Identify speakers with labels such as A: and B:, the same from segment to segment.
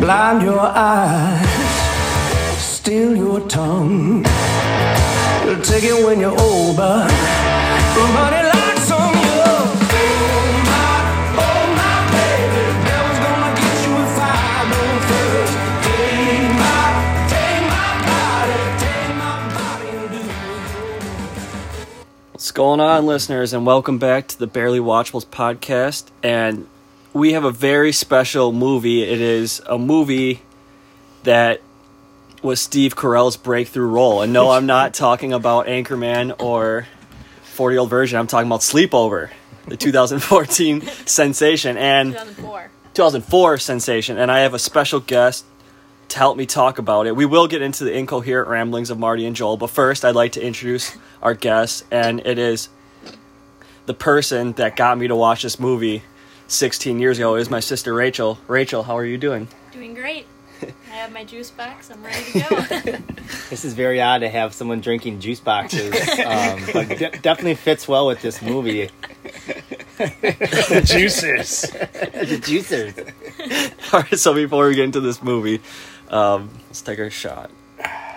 A: Blind your eyes, steal your tongue. You'll take it when you're old, but run it like some young. Oh my, oh my baby, devil's gonna get you if I don't first. Take my, take my body, take my body and do
B: What's going on, listeners, and welcome back to the Barely Watchables podcast. And we have a very special movie. It is a movie that was Steve Carell's breakthrough role. And no, I'm not talking about Anchorman or 40 Year Old Version. I'm talking about Sleepover, the 2014 sensation. And
C: 2004.
B: 2004 sensation, and I have a special guest to help me talk about it. We will get into the incoherent ramblings of Marty and Joel, but first, I'd like to introduce our guest, and it is the person that got me to watch this movie 16 years ago. It is my sister Rachel. Rachel, how are you doing?
C: Doing great. I have my juice box. I'm ready to go.
D: This is very odd to have someone drinking juice boxes, um, but de- definitely fits well with this movie.
E: juices.
D: The juicers.
B: All right, so before we get into this movie, um, let's take our shot.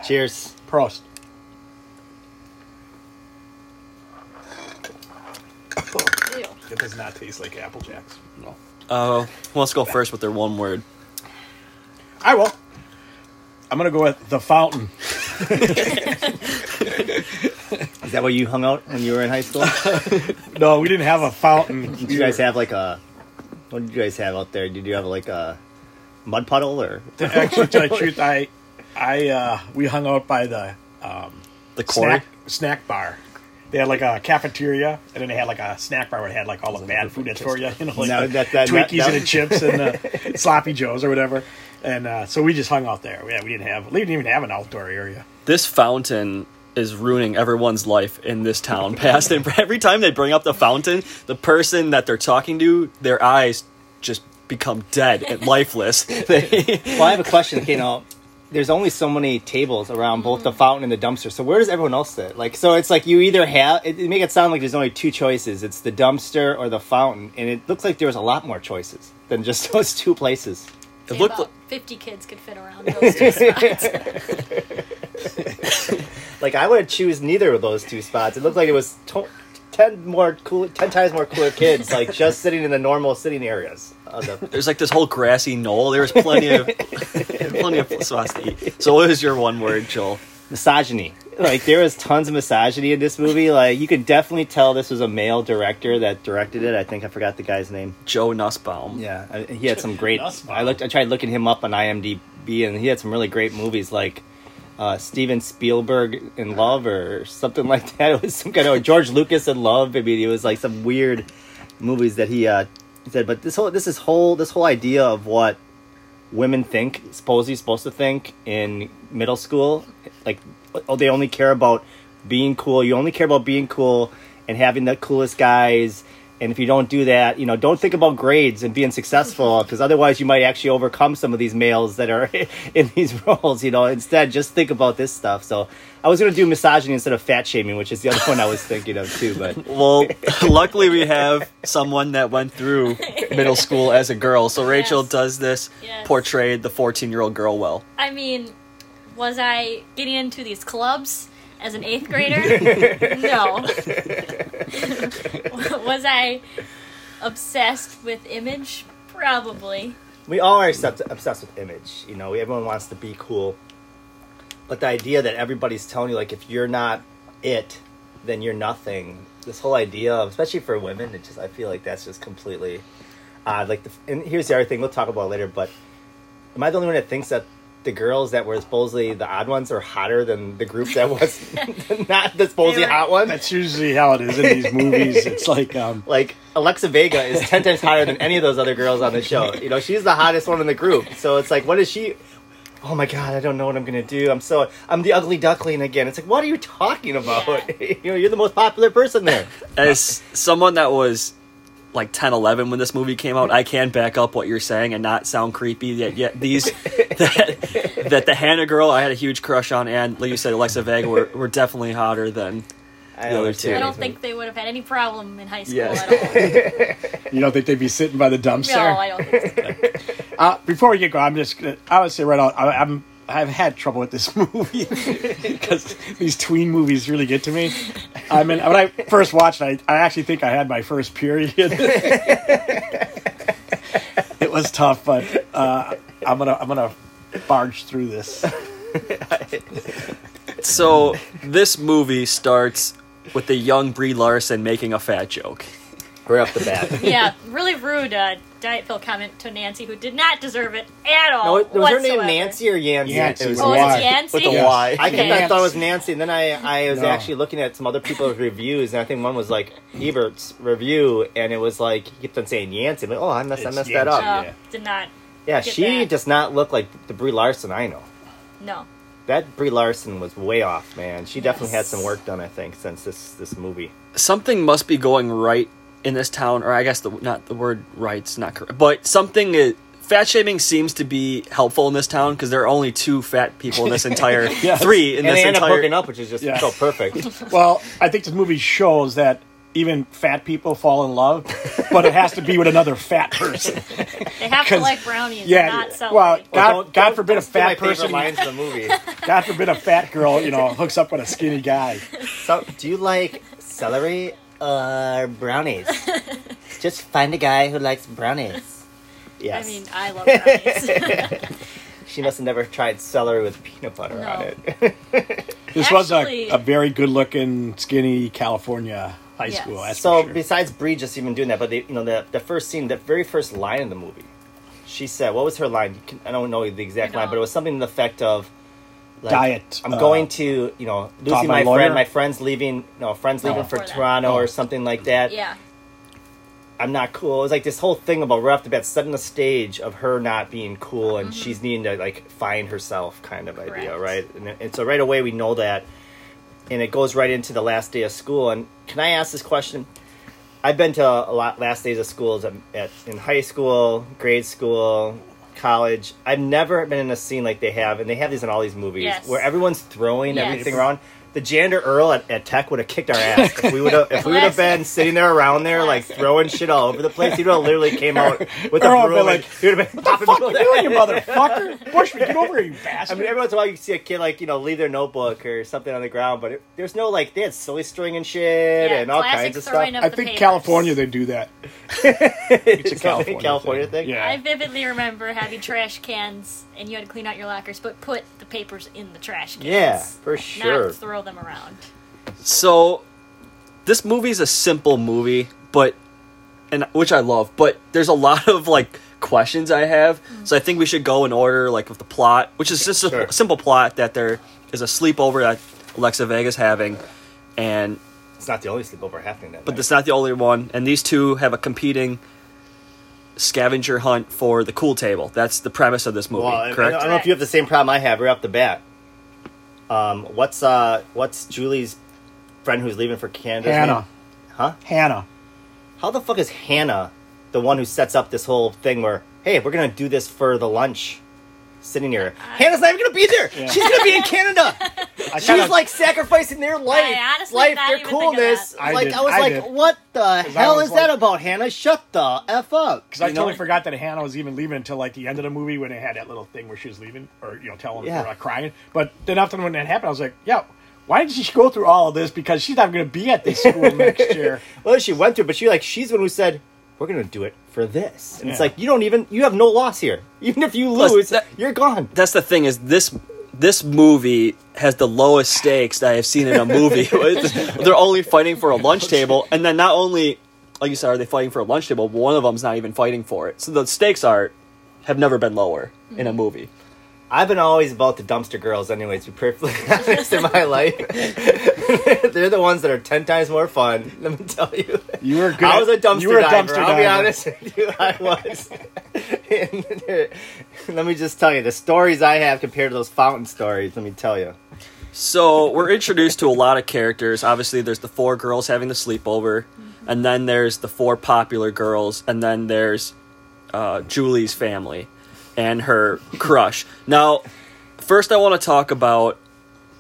D: Cheers.
E: Prost.
C: Ew.
E: It does not taste like Apple Jacks. No.
B: Uh, let's go first with their one word.
E: I will. I'm gonna go with the fountain.
D: Is that where you hung out when you were in high school?
E: No, we didn't have a fountain.
D: Did you guys have like a? What did you guys have out there? Did you have like a mud puddle or?
E: Actually, to tell you the truth, I, I, uh, we hung out by the
B: The quarry.
E: snack snack bar. They had like a cafeteria, and then they had like a snack bar where it had like all the bad food that's for you, you know, like
D: No,
E: the
D: that- that-
E: Twinkies
D: that-
E: and the chips and the sloppy joes or whatever. And uh, so we just hung out there. Yeah, we didn't have, we didn't even have an outdoor area.
B: this fountain is ruining everyone's life in this town past and every time they bring up the fountain the person that they're talking to their eyes just become dead and lifeless they,
D: Well, I have a question. Okay, now there's only so many tables around both the fountain and the dumpster. So where does everyone else sit? Like, so it's like you either have it, it make it sound like there's only two choices. It's the dumpster or the fountain, and it looks like there was a lot more choices than just those two places.
B: it
C: Say
B: looked
C: about
B: like
C: 50 kids could fit around those two spots.
D: Like I would choose neither of those two spots. It looked like it was to- ten more cool, ten times more cooler kids, like just sitting in the normal sitting areas. of the-
B: there's like this whole grassy knoll there was plenty of plenty of spots to eat so what was your one word joel
D: misogyny. Like there was tons of misogyny in this movie. Like you could definitely tell this was a male director that directed it. I think I forgot the guy's name.
B: joe nussbaum
D: Yeah, I- he had some great.
E: That's
D: I looked. I tried looking him up on IMDb, and he had some really great movies like uh, Steven Spielberg in Love or something like that. It was some kind of George Lucas in Love. I mean, it was like some weird movies that he uh, said. But this whole this is whole this whole idea of what women think supposedly supposed to think in middle school, like oh they only care about being cool. You only care about being cool and having the coolest guys. And if you don't do that, you know, don't think about grades and being successful because otherwise you might actually overcome some of these males that are in these roles. You know, instead just think about this stuff. So I was gonna do misogyny instead of fat shaming, which is the other one I was thinking of too. But
B: well luckily we have someone that went through middle school as a girl so rachel
C: Yes.
B: does this
C: Yes.
B: portrayed the 14 year old girl well
C: I mean, was I getting into these clubs as an eighth grader? no. was I obsessed with image? Probably.
D: we all are obsessed, obsessed with image. You know, everyone wants to be cool. But the idea that everybody's telling you, like, if you're not it, then you're nothing. This whole idea of, especially for women, it just I feel like that's just completely odd. Like, the, and here's the other thing we'll talk about later. But am I the only one that thinks that the girls that were supposedly the odd ones are hotter than the group that was not the supposedly
C: They were-
D: hot one?
E: That's usually how it is in these movies. It's like, um,
D: Like Alexa Vega is ten times hotter than any of those other girls on the show. You know, she's the hottest one in the group. So it's like, what is she? Oh my god, I don't know what I'm gonna do. I'm so I'm the ugly duckling again. It's like, what are you talking about?
C: Yeah.
D: you know, you're the most popular person there.
B: as someone that was like 10 11 when this movie came out i can back up what you're saying and not sound creepy yet yet these that, that the hannah girl i had a huge crush on and like you said alexa vega were, were definitely hotter than
D: I
B: The other
D: understand.
B: two.
C: I don't think they would have had any problem in high school
B: Yeah.
C: at all.
E: you don't think they'd be sitting by the dumpster?
C: No, I don't think so.
E: Uh, before we get going, I'm just gonna, I would say right out, I, I'm I've had trouble with this movie because these tween movies really get to me. I mean, when I first watched, it, I I actually think I had my first period. it was tough, but uh, I'm gonna I'm gonna barge through this.
B: So this movie starts with the young Brie Larson making a fat joke.
D: Right off the bat.
C: yeah, really rude uh, diet pill comment to Nancy, who did not deserve it at all.
D: No, was her name
C: whatsoever.
D: Nancy or Yancy?
E: Yancy.
D: It was
C: Oh,
E: With
C: is
E: a Y.
C: it Yancy?
D: With a
E: Yes.
D: Y. I think I
E: Yancy.
D: thought it was Nancy, and then I, I was
E: No.
D: actually looking at some other people's reviews, and I think one was like Ebert's review, and it was like he kept on saying Yancy. I'm like, oh, I messed, I
E: It's
D: messed that
C: Oh,
E: Yancy.
D: up.
E: Yeah.
C: Did not.
D: Yeah,
C: Get
D: she
C: that.
D: does not look like the Brie Larson I know.
C: No.
D: That Brie Larson was way off, man. She definitely had some work done, I think, since this this movie.
B: Something must be going right in this town, or I guess the not the word right's not correct, but something is. Fat shaming seems to be helpful in this town because there are only two fat people in this entire
E: Yes.
B: three in
D: and
B: this
D: they end up hooking
B: entire.
D: up, which is just
E: Yeah.
D: so perfect.
E: Well, I think this movie shows that even fat people fall in love, but it has to be with another fat person.
C: They have to
E: 'Cause-
C: like brownies
E: yeah,
C: and not celery.
E: well, God-
D: Don't-
E: God
D: don't-
E: forbid a
D: don't steal
E: fat
D: my favorite
E: person-
D: lines of the movie.
E: God forbid a fat girl, you know, hooks up with a skinny guy.
D: So, do you like celery or brownies? Just find a guy who likes brownies.
C: I
D: Yes.
C: mean, I love brownies.
D: she must have never tried celery with peanut butter
C: No.
D: on it.
E: This
C: Actually-
E: was a, a very good-looking, skinny California high
C: Yes.
E: school. That's
D: so,
E: for sure.
D: besides Bree just even doing that, but they, you know, the the first scene, the very first line in the movie, she said, "What was her line? You can- I don't know the exact
C: I
D: line, but it
C: don't.
D: was something to the effect of." Like,
E: Diet,
D: I'm
E: uh,
D: going to, you know, losing my,
E: my lawyer?
D: friend. My friend's leaving. No, friend's leaving
E: No.
D: for
C: Before that.
D: Toronto
E: Oh.
D: or something like that.
C: yeah.
D: I'm not cool. It was like this whole thing about right off the bat, setting the stage of her not being cool and she's needing to like find herself kind of idea,
C: Mm-hmm. Correct.
D: right? And, and so right away we know that. And it goes right into the last day of school. And can I ask this question? I've been to a lot last days of schools at, at, in high school, grade school, college. I've never been in a scene like they have, and they have these in all these movies
C: Yes.
D: where everyone's throwing
C: Yes.
D: everything around. The Jander Earl at, at Tech would have kicked our ass if we would have if we would have been sitting there around there like
C: Classic.
D: throwing shit all over the place. He would have literally came out with a
E: Earl would've
D: broom.
E: been
D: Like,
E: like,
D: he would have been popping
E: Fuck
D: people
E: you,
D: in the
E: you
D: head.
E: motherfucker! Bushman, get over here, you
D: I
E: bastard!
D: mean, every once in a while you see a kid like you know leave their notebook or something on the ground, but it, there's no like they had silly string and shit
C: Yeah,
D: and all
C: classic
D: kinds of stuff.
C: throwing
E: I
C: the
E: think
C: papers.
E: California they do that.
D: it's a
E: California
D: California
E: thing.
D: thing.
E: Yeah.
C: I vividly remember having trash cans and you had to clean out your lockers, but put the papers in the trash cans.
D: Yeah, for
C: Not
D: sure.
C: throw them around.
B: So, this movie's a simple movie, but and which I love, but there's a lot of like questions I have. So I think we should go in order, like with the plot, which is just a
D: Sure.
B: simple plot that there is a sleepover that Alexa Vega's having, and
D: It's not the only sleepover happening that
B: but
D: night.
B: that's not the only one. And these two have a competing scavenger hunt for the cool table. That's the premise of this movie,
D: Well, I- I,
B: correct?
D: don't know if you have the same problem I have right off the bat. Um, what's uh, what's Julie's friend who's leaving for Canada?
E: Hannah,
D: huh?
E: Hannah.
D: How the fuck is Hannah the one who sets up this whole thing where hey, we're gonna do this for the lunch? Sitting here, Hannah's not even gonna be there.
E: Yeah.
D: She's gonna be in Canada.
E: I
D: She
E: kinda-
D: was like sacrificing their life,
C: I honestly
D: life,
C: did not
D: their
C: even think of that.
D: coolness.
E: I
D: like
E: did,
D: I was
E: I
D: like,
E: did.
D: what the hell
E: was
D: is that
E: like-
D: about, Hannah? Shut the f up.
E: Because I
D: You know?
E: totally forgot that Hannah was even leaving until like the end of the movie when they had that little thing where she was leaving or you know telling
D: Yeah.
E: her uh, crying. But then after when that happened, I was like, yeah, why did she go through all of this? Because she's not going to be at this school next year.
D: well she went through but she like she's the one who said we're gonna do it for this and it's
E: Yeah.
D: like you don't even you have no loss here even if you
B: Plus,
D: lose
B: that-
D: you're gone
B: that's the thing is this this movie has the lowest stakes that I have seen in a movie. It's- They're only fighting for a lunch table, and then not only, like you said, are they fighting for a lunch table, but one of them's not even fighting for it. So the stakes are have never been lower in a movie.
D: i've been always about the dumpster girls anyways to be perfectly honest in my life they're the ones that are 10 times more fun let me tell you
E: You were good.
D: I was a
E: at-
D: dumpster
E: you were a
D: diver.
E: dumpster
D: I'll be
E: diver.
D: honest with you, I was. And let me just tell you the stories I have compared to those fountain stories. Let me tell you.
B: So we're introduced to a lot of characters. Obviously, there's the four girls having the sleepover, and then there's the four popular girls, and then there's uh, Julie's family and her crush. Now, first, I want to talk about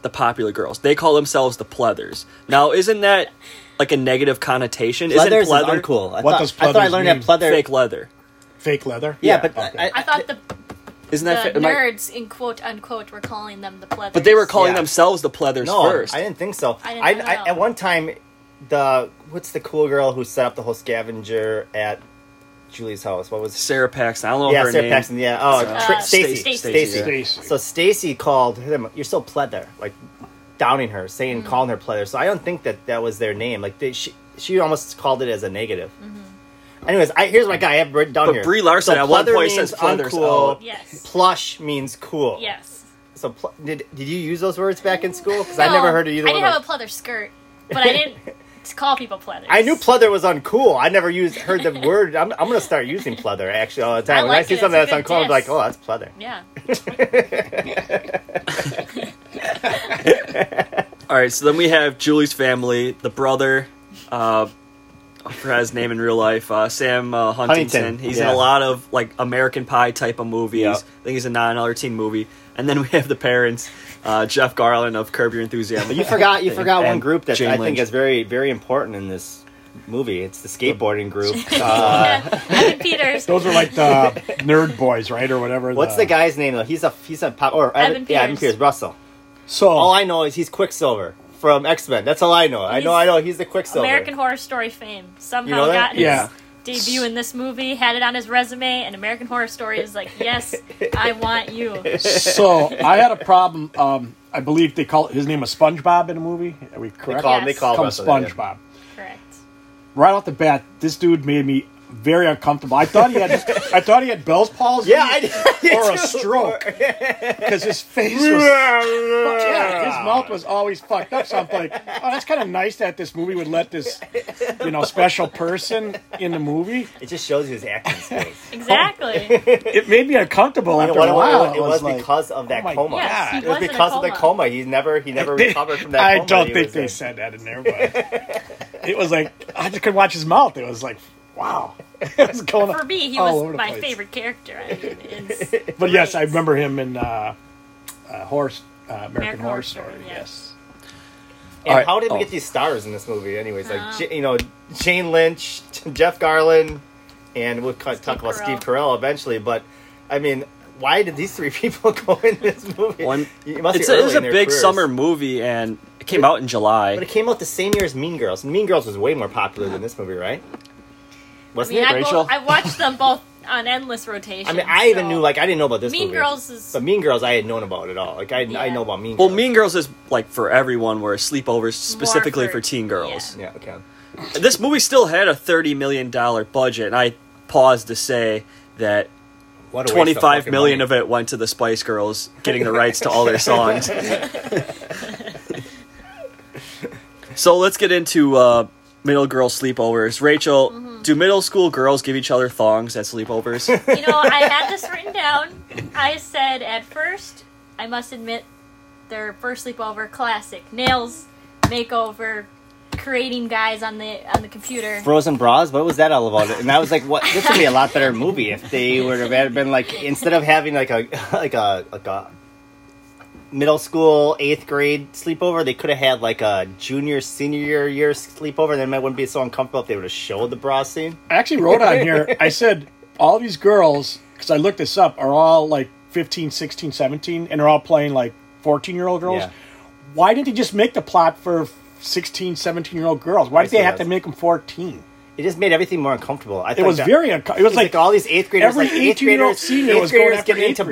B: the popular girls. They call themselves the pleathers. Now, isn't that like a negative connotation?
D: Pleathers is
B: isn't pleather
D: uncool. I
E: What
D: thought, I
E: does
D: thought I
E: pleathers
D: learned
E: mean?
D: that pleather
B: fake leather?
E: fake leather.
D: Yeah, but
E: okay.
D: I,
C: I thought the,
B: Isn't
C: the
B: that fa- am I-
C: nerds, in quote unquote, were calling them the pleathers.
B: But they were calling
D: Yeah.
B: themselves the pleathers
D: no,
B: first.
D: I didn't think so.
C: I
D: I,
C: didn't
D: I,
C: know.
D: at one time, the what's the cool girl who set up the whole scavenger at Julie's house? What was
B: Sarah Paxton. I don't know
D: yeah,
B: her
D: Sarah
B: name.
D: Paxton? Yeah, oh,
B: Uh,
D: Tr-
B: Stacy.
C: Stacy.
D: Stacy.
B: Stacy, yeah.
E: Stacy.
D: So Stacy called him. You're so pleather, like downing her,
C: Mm-hmm.
D: saying calling her pleather. So I don't think that that was their name. Like they, she, she almost called it as a negative.
C: Mm-hmm.
D: Anyways, I, here's my guy. I have written down
B: But
D: here.
B: Brie Larson at one
D: pleather
B: point
D: means
B: says pleather's
D: uncool.
B: out.
C: Yes.
D: Plush means cool.
C: Yes. Mm,
D: So pl- did did you use those words back in school? Because I never
C: No,
D: heard of either
C: I
D: one.
C: did
D: of
C: have
D: them.
C: a pleather skirt, but I didn't call people pleathers.
D: I knew pleather was uncool. I never used heard the word. I'm, I'm gonna start using pleather actually all the time.
C: I
D: when I
C: like
D: see
C: it.
D: something
C: It's a
D: that's
C: good
D: uncool, I'm like,
C: diss.
D: oh, that's pleather.
C: Yeah.
B: All right, so then we have Julie's family, the brother, uh, I forgot his name in real life, uh, Sam uh, Huntington.
D: Huntington,
B: He's in
D: yeah.
B: a lot of like American Pie type of movies.
D: Yeah.
B: I think he's in another teen movie. And then we have the parents, uh, Jeff Garland of Curb Your Enthusiasm.
D: But you forgot you forgot one
B: And
D: group that
B: Jane
D: I
B: Lynch.
D: think is very very important in this movie. It's the skateboarding group. Uh,
C: yeah. Evan Peters.
E: Those are like the nerd boys, right, or whatever.
D: what's the guy's name though? He's a he's a pop or
C: Evan
D: yeah Evan
C: Peters.
D: Peters Russell.
E: So
D: All I know is he's Quicksilver from X Men. That's all I know. I know
C: He's
D: I know he's the Quicksilver.
C: American Horror Story fame. Somehow
D: You know that?
C: got his
E: Yeah.
C: debut in this movie, had it on his resume, and American Horror Story is like, yes, I want you.
E: so I had a problem. Um, I believe they call his name was SpongeBob in a movie. Are we
D: They
E: correct?
D: call him. They
C: Yes.
D: call him
E: Call him
D: Russell, yeah.
E: SpongeBob.
C: Correct.
E: Right off the bat, this dude made me very uncomfortable. I thought he had. I thought he had Bell's palsy.
D: Yeah, I did.
E: or a stroke because his face was. Yeah, his mouth was always fucked up. So I'm like, oh, that's kind of nice that this movie would let this, you know, special person in the movie.
D: It just shows you his acting skills. Oh,
C: Exactly.
E: It made me uncomfortable
D: You know,
E: after
D: what
E: a
D: it
E: while.
D: was, it was
E: like- oh
D: because of that
E: my
D: coma.
E: God. Yes, he
D: It was
C: was in a
D: because of the
C: coma.
D: coma. He never he never recovered from that.
E: I
D: coma
E: don't
D: he
E: think
D: was
E: they
D: in.
E: said that in there, but it was like I just couldn't watch his mouth. It was like, wow, it was going
C: For me, he
E: all over
C: was
E: the
C: my
E: place.
C: favorite character. I mean, it's
E: But yes, I
C: great.
E: remember him in uh, uh, Horse uh, American,
C: American
E: Horror
C: Horror
E: Story.
C: Story, yeah.
E: Yes,
D: And
B: Alright,
D: how did
B: oh.
D: we get these stars in this movie? Anyways,
C: Oh.
D: like J- you know, Jane Lynch, Jeff Garland, and we'll cut, talk about
C: Carell.
D: Steve Carell eventually. But I mean, why did these three people go in this movie?
B: One,
D: It must be
B: it's a, it
D: early
B: was
D: in
B: a
D: their
B: big
D: careers.
B: summer movie, and it came out in July.
D: but it came out the same year as Mean Girls. And Mean Girls was way more popular than this movie, right?
C: I
D: Wasn't
C: mean,
D: it?
C: I,
B: Rachel?
C: both, I watched them both on endless rotation.
D: I mean, I even
C: so-
D: knew like I didn't know about this.
C: Mean
D: movie.
C: Girls is-
D: but Mean Girls I had known about at all. Like I, I
C: Yeah.
D: know about Mean.
B: well,
D: Girls.
B: Mean Girls is like for everyone, where sleepovers specifically for,
C: for-
B: teen girls.
D: Yeah. Okay.
B: This movie still had a thirty million dollar budget, and I paused to say that
D: What a waste
B: 25
D: of fucking
B: million
D: money.
B: of it went to the Spice Girls getting the rights to all their songs. so let's get into uh, middle girl sleepovers. Rachel,
D: Mm-hmm.
B: do middle school girls give each other thongs at sleepovers?
C: You know, I had this written down. I said at first, I must admit, their first sleepover classic nails makeover, creating guys on the on the computer.
D: Frozen Bras. What was that all about? And I was like, "What? This would be a lot better movie if they would have been like instead of having like a like a like a middle school eighth grade sleepover, they could have had like a junior senior year sleepover. Then it wouldn't be so uncomfortable if they would have showed the bra scene.
E: I actually wrote on here. I said all these girls because I looked this up are all like 15, 16, 17, and they're all playing like fourteen year old girls.
D: Yeah.
E: Why didn't he just make the plot for 16, 17 year old girls? Why did
D: see
E: they have
D: that.
E: to make them fourteen?
D: It just made everything more uncomfortable. I
E: It was very. Unco- it was
D: It's like,
E: like
D: all these eighth graders,
E: every
D: like eighth
E: 18-year-old
D: graders,
E: senior
D: eighth
E: was going
D: graders
E: after
D: getting
E: eighth
D: into
E: graders.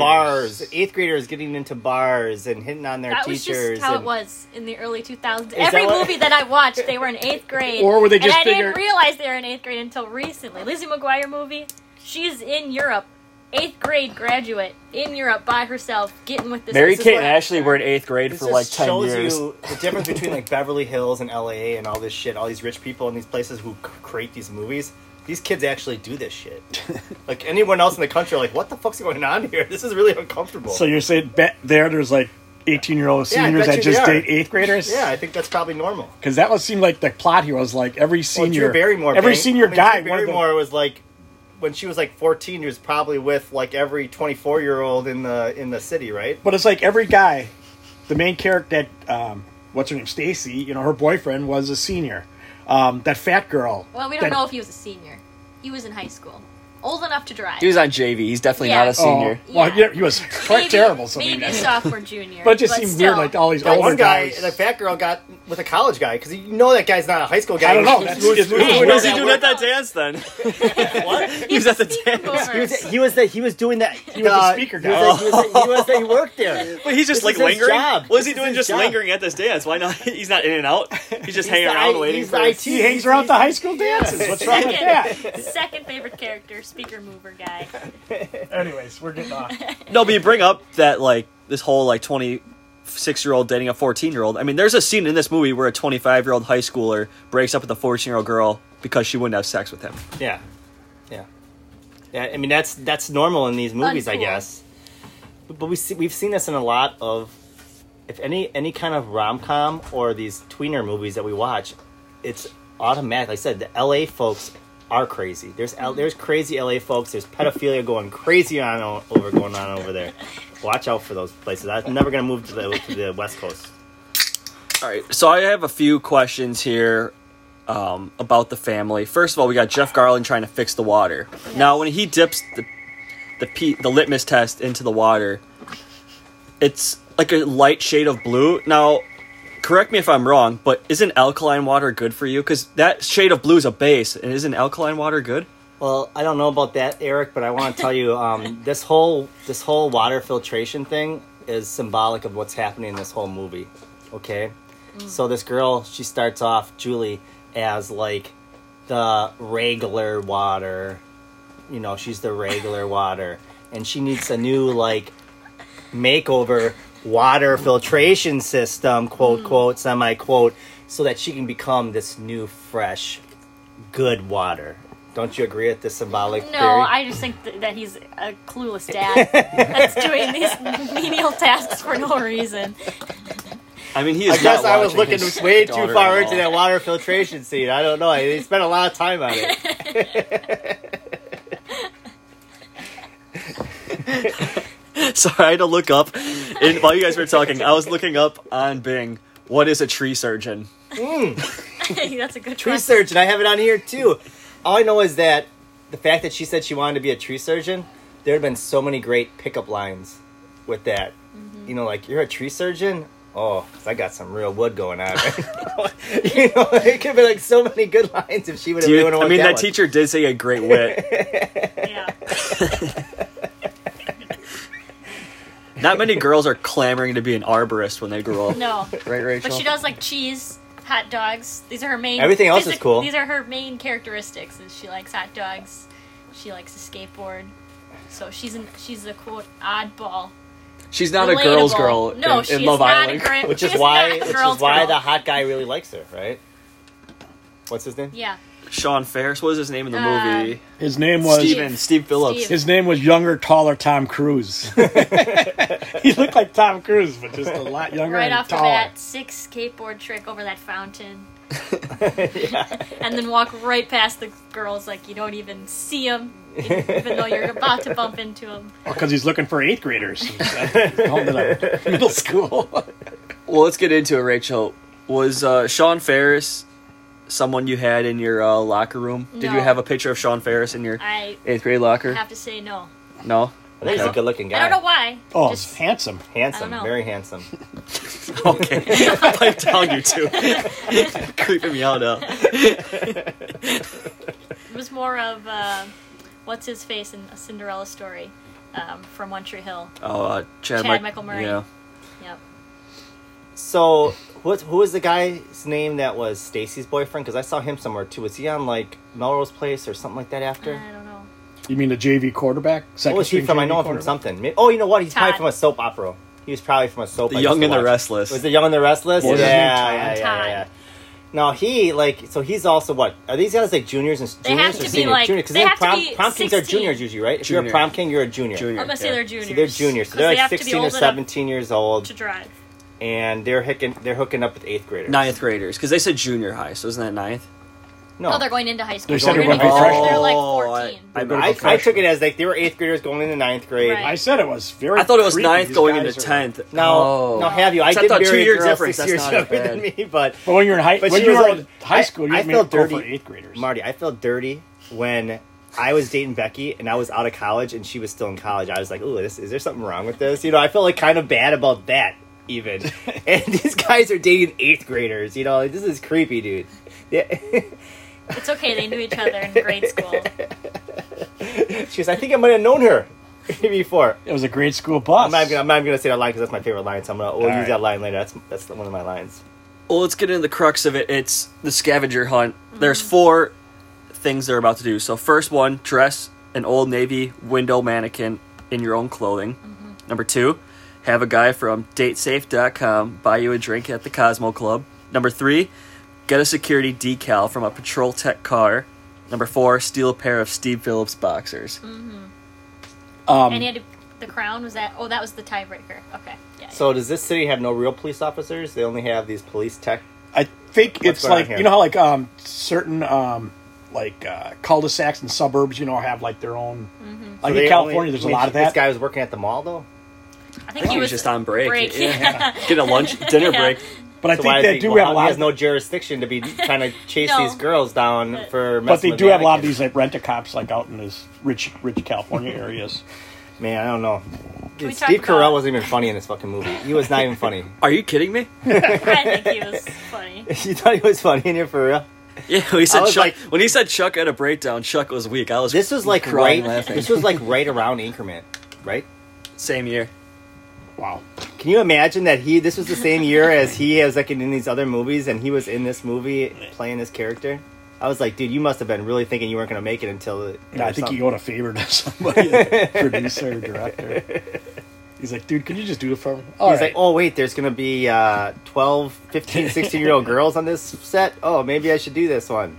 D: bars. Eighth graders getting into bars and hitting on their
C: That was
D: teachers.
C: just how
D: and-
C: it was in the early 2000s.
D: that
C: Every
D: what-
C: movie that I watched, they were in eighth grade.
E: Or were they just
C: And I
E: figure-
C: didn't realize they were in eighth grade until recently. Lizzie McGuire movie. She's in Europe, eighth grade graduate in Europe by herself, getting with this.
B: Mary
C: this is
B: Kate
C: what
B: and
C: I-
B: Ashley were in eighth grade
D: This
B: for
D: just
B: like 10
D: shows
B: years.
D: you the difference between like Beverly Hills and LA and all this shit. All these rich people in these places who c- create these movies. These kids actually do this shit. like anyone else in the country, are like what the fuck's going on here? This is really uncomfortable.
E: So you're saying bet there there's like 18 year old
D: Yeah, I
E: seniors
D: bet
E: that
D: you
E: just
D: they are.
E: date eighth graders?
D: yeah, I think that's probably normal.
E: Because that would seem like the plot here was like every
D: Well,
E: senior,
D: Drew Barrymore,
E: every
D: bang-
E: senior
D: I mean,
E: guy,
D: Drew
E: one of the-
D: Barrymore was like when she was like 14, she was probably with like every 24 year old in the in the city, right?
E: but it's like every guy, the main character that, um, what's her name, Stacy, you know, her boyfriend was a senior. Um, that fat girl.
C: Well, we don't
E: that-
C: know if he was a senior. He was in high school. old enough to drive.
B: He was on JV. He's definitely
C: Yeah.
B: not a senior.
E: Oh, well,
C: Yeah.
E: yeah, he was
C: maybe,
E: terrible. So
C: maybe
E: maybe.
C: sophomore, junior.
E: But it just seemed weird,
C: still.
E: like all these
D: That
E: older
D: one guy,
E: guys.
D: the fat girl, got with a college guy because you know that guy's not a high school guy.
E: I don't know.
D: He
E: That's,
D: was-
E: it's weird.
C: Hey,
B: What was he
C: Yeah.
B: doing at that dance then? He was at the
C: Speaking
B: dance.
D: he was,
C: boomers.
D: he was that he was doing that. He
E: was the speaker guy.
D: He was, that- he, was that- he was that he worked there.
B: But he's just like
D: This is his
B: lingering.
D: job.
B: What is he
D: This is
B: doing
D: his
B: just
D: job.
B: lingering at this dance? Why not? He's not in and out. He's just hanging
D: the
B: around
D: I-
B: waiting
D: he's
B: for
D: the
B: his-
D: IT.
E: He hangs around the high school dances. What's wrong with that?
C: Second favorite character, speaker mover guy.
E: Anyways, we're getting off.
B: No, but you bring up that like this whole like twenty six year old dating a fourteen year old. I mean, there's a scene in this movie where a twenty five year old high schooler breaks up with a fourteen year old girl because she wouldn't have sex with him.
D: Yeah, yeah, yeah. I mean, that's that's normal in these movies, I
C: Uncool.
D: guess. But, but we see, we've seen this in a lot of, if any any kind of rom com or these tweener movies that we watch, it's automatic. Like I said, the L.A. folks are crazy. There's L- there's crazy L.A. folks. There's pedophilia going crazy on o- over going on over there. Watch out for those places. I'm never gonna move to the to the West Coast.
B: All right, so I have a few questions here um, about the family. First of all, we got Jeff Garland trying to fix the water. Now, when he dips the the, pe- the litmus test into the water, it's like a light shade of blue. Now, correct me if I'm wrong, but isn't alkaline water good for you? Because that shade of blue is a base, and isn't alkaline water good?
D: Well, I don't know about that, Eric, but I want to tell you um, this whole this whole water filtration thing is symbolic of what's happening in this whole movie. Okay,
C: Mm.
D: so this girl she starts off Julie as like the regular water, you know, she's the regular water, and she needs a new like makeover water filtration system,
C: Mm.
D: quote quote semi quote, so that she can become this new fresh good water. Don't you agree with this symbolic
C: No,
D: theory?
C: I just think th- that he's a clueless dad that's doing these menial tasks for no reason.
B: I mean, he
D: I
B: is.
D: guess
B: not
D: I was
B: watching
D: looking
B: his
D: way too
B: daughter
D: far
B: at
D: into
B: all.
D: that water filtration scene. I don't know. I they spent a lot of time on it.
B: Sorry, I had to look up. And while you guys were talking, I was looking up on Bing. What is a tree surgeon?
C: that's a good
D: Tree
C: question.
D: surgeon. I have it on here too. All I know is that the fact that she said she wanted to be a tree surgeon, there have been so many great pickup lines with that.
C: Mm-hmm.
D: You know, like you're a tree surgeon. Oh, 'cause I got some real wood going on. Right now." you know, it could be like so many good lines if she would have.
B: Do you,
D: been.
B: I mean, that, teacher did say a great wit.
C: Yeah.
B: Not many girls are clamoring to be an arborist when they grow up.
C: No.
B: Right, Rachel?
C: But she does like cheese, hot dogs. These are her main.
D: Everything else is cool.
C: These are her main characteristics. Is she likes hot dogs? She likes to skateboard. So she's an, she's a quote oddball.
B: She's not a girl's
C: Relatable.
B: girl
C: No,
B: in,
C: she's
B: in Love
C: not
B: Island.
C: A gir-
D: Which
C: she's
D: is why,
C: not a
D: which
C: girl's
D: is why
C: girl.
D: the hot guy really likes her, right? What's his name?
C: Yeah.
B: Sean Ferris, what was his name in the
C: Uh,
B: movie?
E: His name was
B: Steven, Steve Phillips.
C: Steve.
E: his name was younger, taller Tom Cruise. he looked like Tom Cruise, but just a lot younger
C: Right
E: and
C: off
E: taller.
C: the bat, six skateboard trick over that fountain. And then walk right past the girls like you don't even see them, even though you're about to bump into them.
E: Because Oh, he's looking for eighth graders. uh, Home to the middle school.
B: Well, let's get into it, Rachel. Was uh, Sean Ferris someone you had in your uh, locker room? Did you
C: No.
B: have a picture of Sean Ferris in your
C: I
B: eighth grade locker?
C: have to say no.
B: no?
D: I think he's a good-looking guy.
C: I don't know why.
E: Oh,
C: Just-
E: handsome.
D: Handsome,
C: I don't know.
D: very handsome.
B: Okay. I'm telling you to. Creeping me out now.
C: It was more of uh, what's his face in a Cinderella story um, from One Tree Hill.
B: Oh, uh, Chad,
C: Chad
B: Mike-
C: Michael Murray.
B: Yeah.
C: Yep.
D: So, what? Who was the guy's name that was Stacy's boyfriend? Because I saw him somewhere too. Was he on like Melrose Place or something like that? After
C: I don't know.
E: You mean the JV quarterback? Second
D: what was he
E: string
D: from? I
E: JV
D: know him from
E: quarterback?
D: something. May- Oh, you know what? He's probably
C: Todd.
D: from a soap opera. He was probably from a soap.
B: The
D: I used
B: Young
D: to
B: and the
D: watch.
B: Restless.
D: Was the Young and the Restless?
E: What
D: Yeah,
E: was
D: yeah,
E: his name?
D: yeah,
E: Todd.
D: yeah,
C: Todd.
D: yeah. Now he like so he's also what are these guys like juniors and
C: They have
D: juniors
C: to
D: or
C: be,
D: seniors?
C: like-
D: juniors because
C: they have to
D: prom,
C: be
D: prom kings are
C: 16.
D: juniors usually, right? If you're
B: Junior.
D: a prom king, you're a junior.
B: Junior.
C: I'm gonna say
B: Yeah.
C: Oh, they're
D: So
C: juniors.
D: they're juniors. So
C: 'Cause
D: they're
C: they
D: like
C: have to be
D: 16 or
C: old enough
D: 17 years old,
C: to drive.
D: and they're hooking they're hooking up with eighth graders.
B: Ninth graders, because they said junior high, so isn't that ninth?
D: No,
C: Oh, they're going into high school.
E: They said
C: They're
E: it would
C: gonna
E: be
C: go-
E: freshmen.
C: They're like
B: Oh, I-
C: 14.
B: I,
D: I, I took it as like they were eighth graders going into ninth grade.
C: Right.
E: I said it was very.
B: I thought it was
E: creepy.
B: ninth
E: These
B: going
E: guys
B: into
E: are-
B: tenth.
D: Now,
B: Oh.
D: now have you? I
B: Except
D: did
B: that
D: marry a
B: two-year
D: girl
B: difference, that's
D: six years
B: not that
D: younger than
B: bad.
D: me, but
E: But when you're in high,
D: But
E: when
D: she
E: you
D: was
E: were
D: like-
E: in high school, you
D: I- I
E: made
D: felt
E: it go for
D: dirty.
E: eighth graders.
D: Marty, I felt dirty when I was dating Becky and I was out of college and she was still in college. I was like, "Ooh, this, is there something wrong with this?" You know, I felt like kind of bad about that even. and these guys are dating eighth graders. You know, like, this is creepy, dude. Yeah.
C: It's okay. They knew each other in grade school.
D: she goes, "I think I might have known her before."
E: It was a grade school bus.
D: I'm not, even- I'm not even gonna say that line because that's my favorite line. So I'm gonna we'll
E: All
D: use
E: right.
D: that line later. That's that's one of my lines.
B: Well, let's get into the crux of it. It's the scavenger hunt. There's four things they're about to do. So, first one, dress an old navy window mannequin in your own clothing. Number two, have a guy from datesafe.com buy you a drink at the Cosmo Club. Number three, get a security decal from a patrol tech car. Number four, steal a pair of Steve Phillips boxers. Oh,
E: um,
C: And he had to, the crown was that. Oh, that was the tiebreaker. Okay. Yeah.
D: So does this city have no real police officers? They only have these police tech.
E: I think
D: What's
E: it's
D: going on
E: like
D: here?
E: you know how like um certain um like uh, cul-de-sacs and suburbs you know have like their own like
D: They
E: in California
D: only- I
E: there's a
D: mean,
E: lot of
D: This
E: that.
D: guy was working at the mall though.
C: I think
B: He
C: he
B: was
C: was
B: just on break.
C: Break.
B: Yeah. Get a lunch, dinner break.
E: but I
D: So why
E: think
D: is
E: they
D: he-
E: do
D: well,
E: have a
D: He
E: lot.
D: has
E: Of,
D: no jurisdiction to be trying to chase
C: No.
D: these girls down
C: But-
D: for.
E: but
D: messing
E: they
D: with
E: do have a lot of
D: mannequins.
E: these like rent a cops like out in this rich rich California areas.
D: Man, I don't know. Dude,
C: we talk
D: Steve Carell
C: about-
D: wasn't even funny in this fucking movie. He was not even funny.
B: Are you kidding me?
C: I think he was funny.
D: you thought he was funny in here for real?
B: Yeah, when he said
D: was
B: Chuck.
D: like-
B: when he said Chuck had a breakdown, Chuck was weak. I was.
D: This was like
B: crying
D: right.
B: laughing.
D: This was like right around Increment, right?
B: same year.
E: Wow.
D: Can you imagine that he? This was the same year as he was like in these other movies, and he was in this movie playing this character. I was like, dude, you must have been really thinking you weren't gonna make it until.
E: Yeah, I think he owed a favor to somebody, like, producer or director. He's like, dude, can you just do it for me? All
D: He's
E: right.
D: like, oh, wait, there's going to be uh, 12, 15, 16 year old girls on this set. Oh, maybe I should do this one.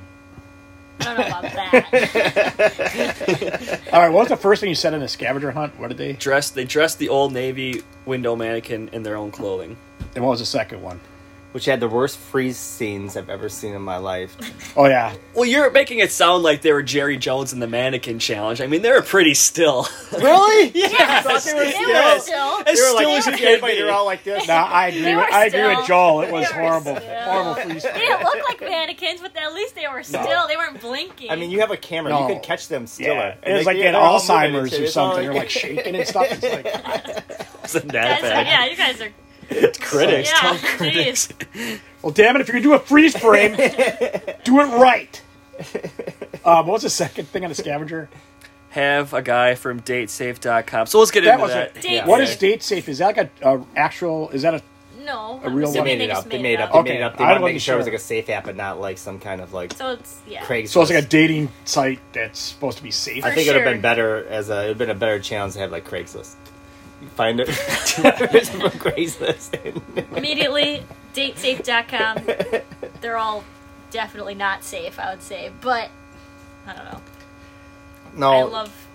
C: I don't know about that.
E: All right. What was the first thing you said in a scavenger hunt? What did they?
B: Dressed, they dressed the old navy window mannequin in their own clothing.
E: And what was the second one?
D: Which had the worst freeze scenes I've ever seen in my life.
E: Oh yeah,
B: Well, you're making it sound like they were Jerry Jones and the Mannequin Challenge. I mean, they were pretty still.
D: really? Yeah.
C: Yes,
D: They
C: they
D: were
C: were
D: yes.
C: still.
B: as
D: They were
B: still
D: like,
B: as you
D: "Look at
B: can
D: everybody, they're
B: be.
D: all like this.
E: no, I agree.
C: They
E: With,
C: were
E: I agree
C: still-
E: with Joel. It was
C: they were
E: horrible,
C: still-
E: horrible freeze.
C: They didn't look like mannequins, but at least they were still. They weren't blinking.
D: I mean, you have a camera.
E: No.
D: You could catch them still.
E: Yeah,
D: And
E: it was
D: they-
E: like they had
D: they're all
E: Alzheimer's
D: moving.
E: or
D: It's all
E: something. They're like shaking and stuff. It's like
B: Isn't
C: guys
B: that
C: are,
B: bad?
C: yeah, you guys are.
B: Critics,
C: Yeah,
B: tell
C: geez.
B: critics.
E: Well, damn it! If you're gonna do a freeze frame, do it right. Um, what was the second thing on the scavenger?
B: Have a guy from DateSafe.com. So let's get
E: That
B: into
E: was
B: that.
E: a-
C: Date
E: What
C: safe.
E: is date safe? Is that like a, a actual? Is that a?
C: No,
E: A real
C: I'm
D: They
E: one?
C: assuming
D: made it
C: just
D: up. They made it up. They
E: Okay.
D: made it up. They
E: I
D: wanted to
E: wasn't
D: make sure it was
E: sure.
D: like a safe app and not like some kind of like
C: So it's yeah.
D: Craigslist.
E: So it's like a dating site that's supposed to be safe.
D: I
C: For
D: think it would have
C: sure.
D: been better as a it would have been a better challenge to have like Craigslist. You find it it's from Craigslist.
C: immediately datesafe.com they're all definitely not safe i would say but i don't know
D: no,
C: i love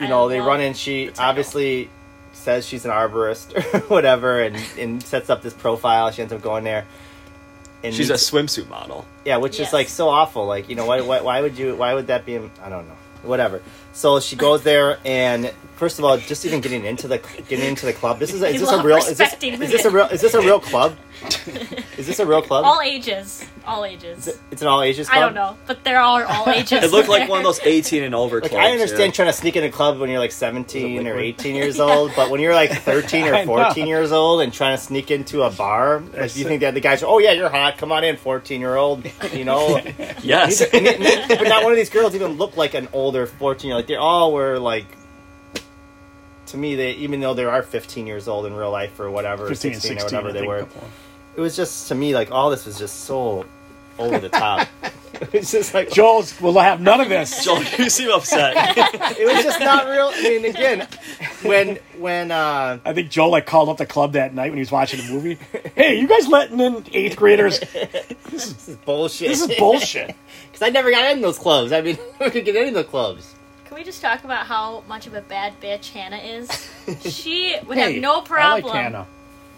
D: you
C: I
D: know they
C: love
D: run in. She
C: title.
D: obviously says she's an arborist or whatever, and and sets up this profile. She ends up going there. And
B: She's a
D: meets-
B: swimsuit model.
D: yeah, which is
C: Yes.
D: like so awful. Like you know why, why why would you why would that be? I don't know. Whatever. So she goes there, and first of all, just even getting into the getting into the club. This is a, is
C: You
D: this a
C: love
D: real is this,
C: respecting
D: is this a real is this a real club? Is this a real club?
C: all ages all ages
D: It's an all ages
C: i
D: club.
C: don't know but there are all ages
B: It looked like one of those 18 and over.
D: Like
B: clubs,
D: I understand
B: Yeah.
D: trying to sneak in a club when you're like 17 or
E: liquid?
D: 18 years old, but when you're like 13
E: I
D: or
E: know.
D: 14 years old and trying to sneak into a bar, like,
E: That's
D: do you
E: it.
D: think that the guys, oh yeah, you're hot, come on in, 14 year old, you know?
B: Yes.
D: And it- and it- but not one of these girls even looked like an older 14 year old. Like they all were like, to me, they even though they are 15 years old in real life or whatever,
E: 15
D: 16,
E: and
D: or
E: 16,
D: whatever
E: I
D: they
E: think,
D: were,
E: couple.
D: it was just to me like all this was just so over the top. it's just like
E: Joel's will have none of this.
B: Joel, you seem upset.
D: it was just not real. I mean, again, when when uh,
E: I think Joel like called up the club that night when he was watching the movie. Hey, you guys letting in eighth graders?
D: this is bullshit.
E: This is bullshit.
D: Because I never got in those clubs. I mean, I could get in the clubs.
C: can we just talk about how much of a bad bitch hannah is she would
E: Hey,
C: have no problem
E: I like Hannah.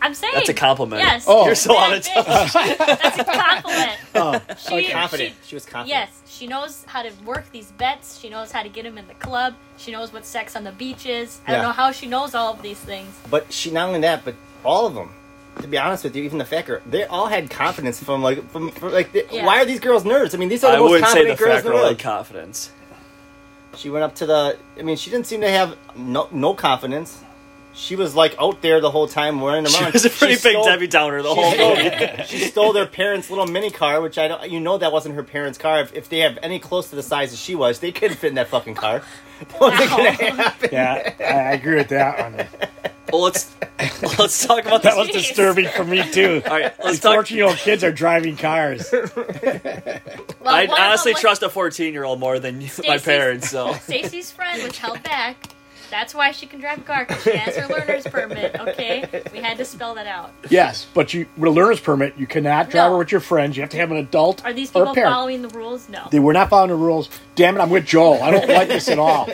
C: am saying
B: That's a compliment.
C: yes
E: Oh.
B: You're so
C: bad
B: out of touch.
C: bitch. that's a compliment
E: Oh,
C: she,
D: Confident.
C: she-
D: She was confident.
C: Yes, she knows how to work these bets. She knows how to get them in the club. She knows what sex on the beach is. I
D: Yeah.
C: don't know how she knows all of these things.
D: But she not only that, but all of them. To be honest with you, even the fat girl, they all had confidence from like from, from like. the-
C: Yeah.
D: Why are these girls nerds? I mean, these are the
B: I
D: most
B: wouldn't say the
D: confident girls
B: fact
D: in the
B: girl had
D: world.
B: confidence.
D: She went up to the. I mean, she didn't seem to have no no confidence. She was like out there the whole time running around.
B: She was a pretty big
D: stole-
B: Debbie Downer the
D: she
B: whole
D: stole-
B: movie.
D: she stole their parents' little mini car, which I don't. You know that wasn't her parents' car. If, if they have any close to the size that she was, they couldn't fit in that fucking car. That wasn't
C: Wow.
D: gonna happen.
E: Yeah, I, I agree with that one.
B: Well, let's let's talk about
E: That
B: this.
E: was
C: Jeez.
E: disturbing for me too.
B: All right, let's talk.
E: Fourteen-year-old kids are driving cars.
C: Well,
B: I
C: one of them
B: honestly
C: looked-
B: trust a 14 year old more than my
C: Stacey's-
B: parents. So
C: Stacey's friend was held back. That's why she can drive a car 'cause she has her learner's permit. Okay, we had to spell that out.
E: Yes, but you with a learner's permit, you cannot drive
C: No.
E: with your friends. You have to have an adult
C: Are these
E: or a
C: people
E: parent.
C: following the rules? No.
E: They were not following the rules. Damn it, I'm with Joel. I don't like this at all.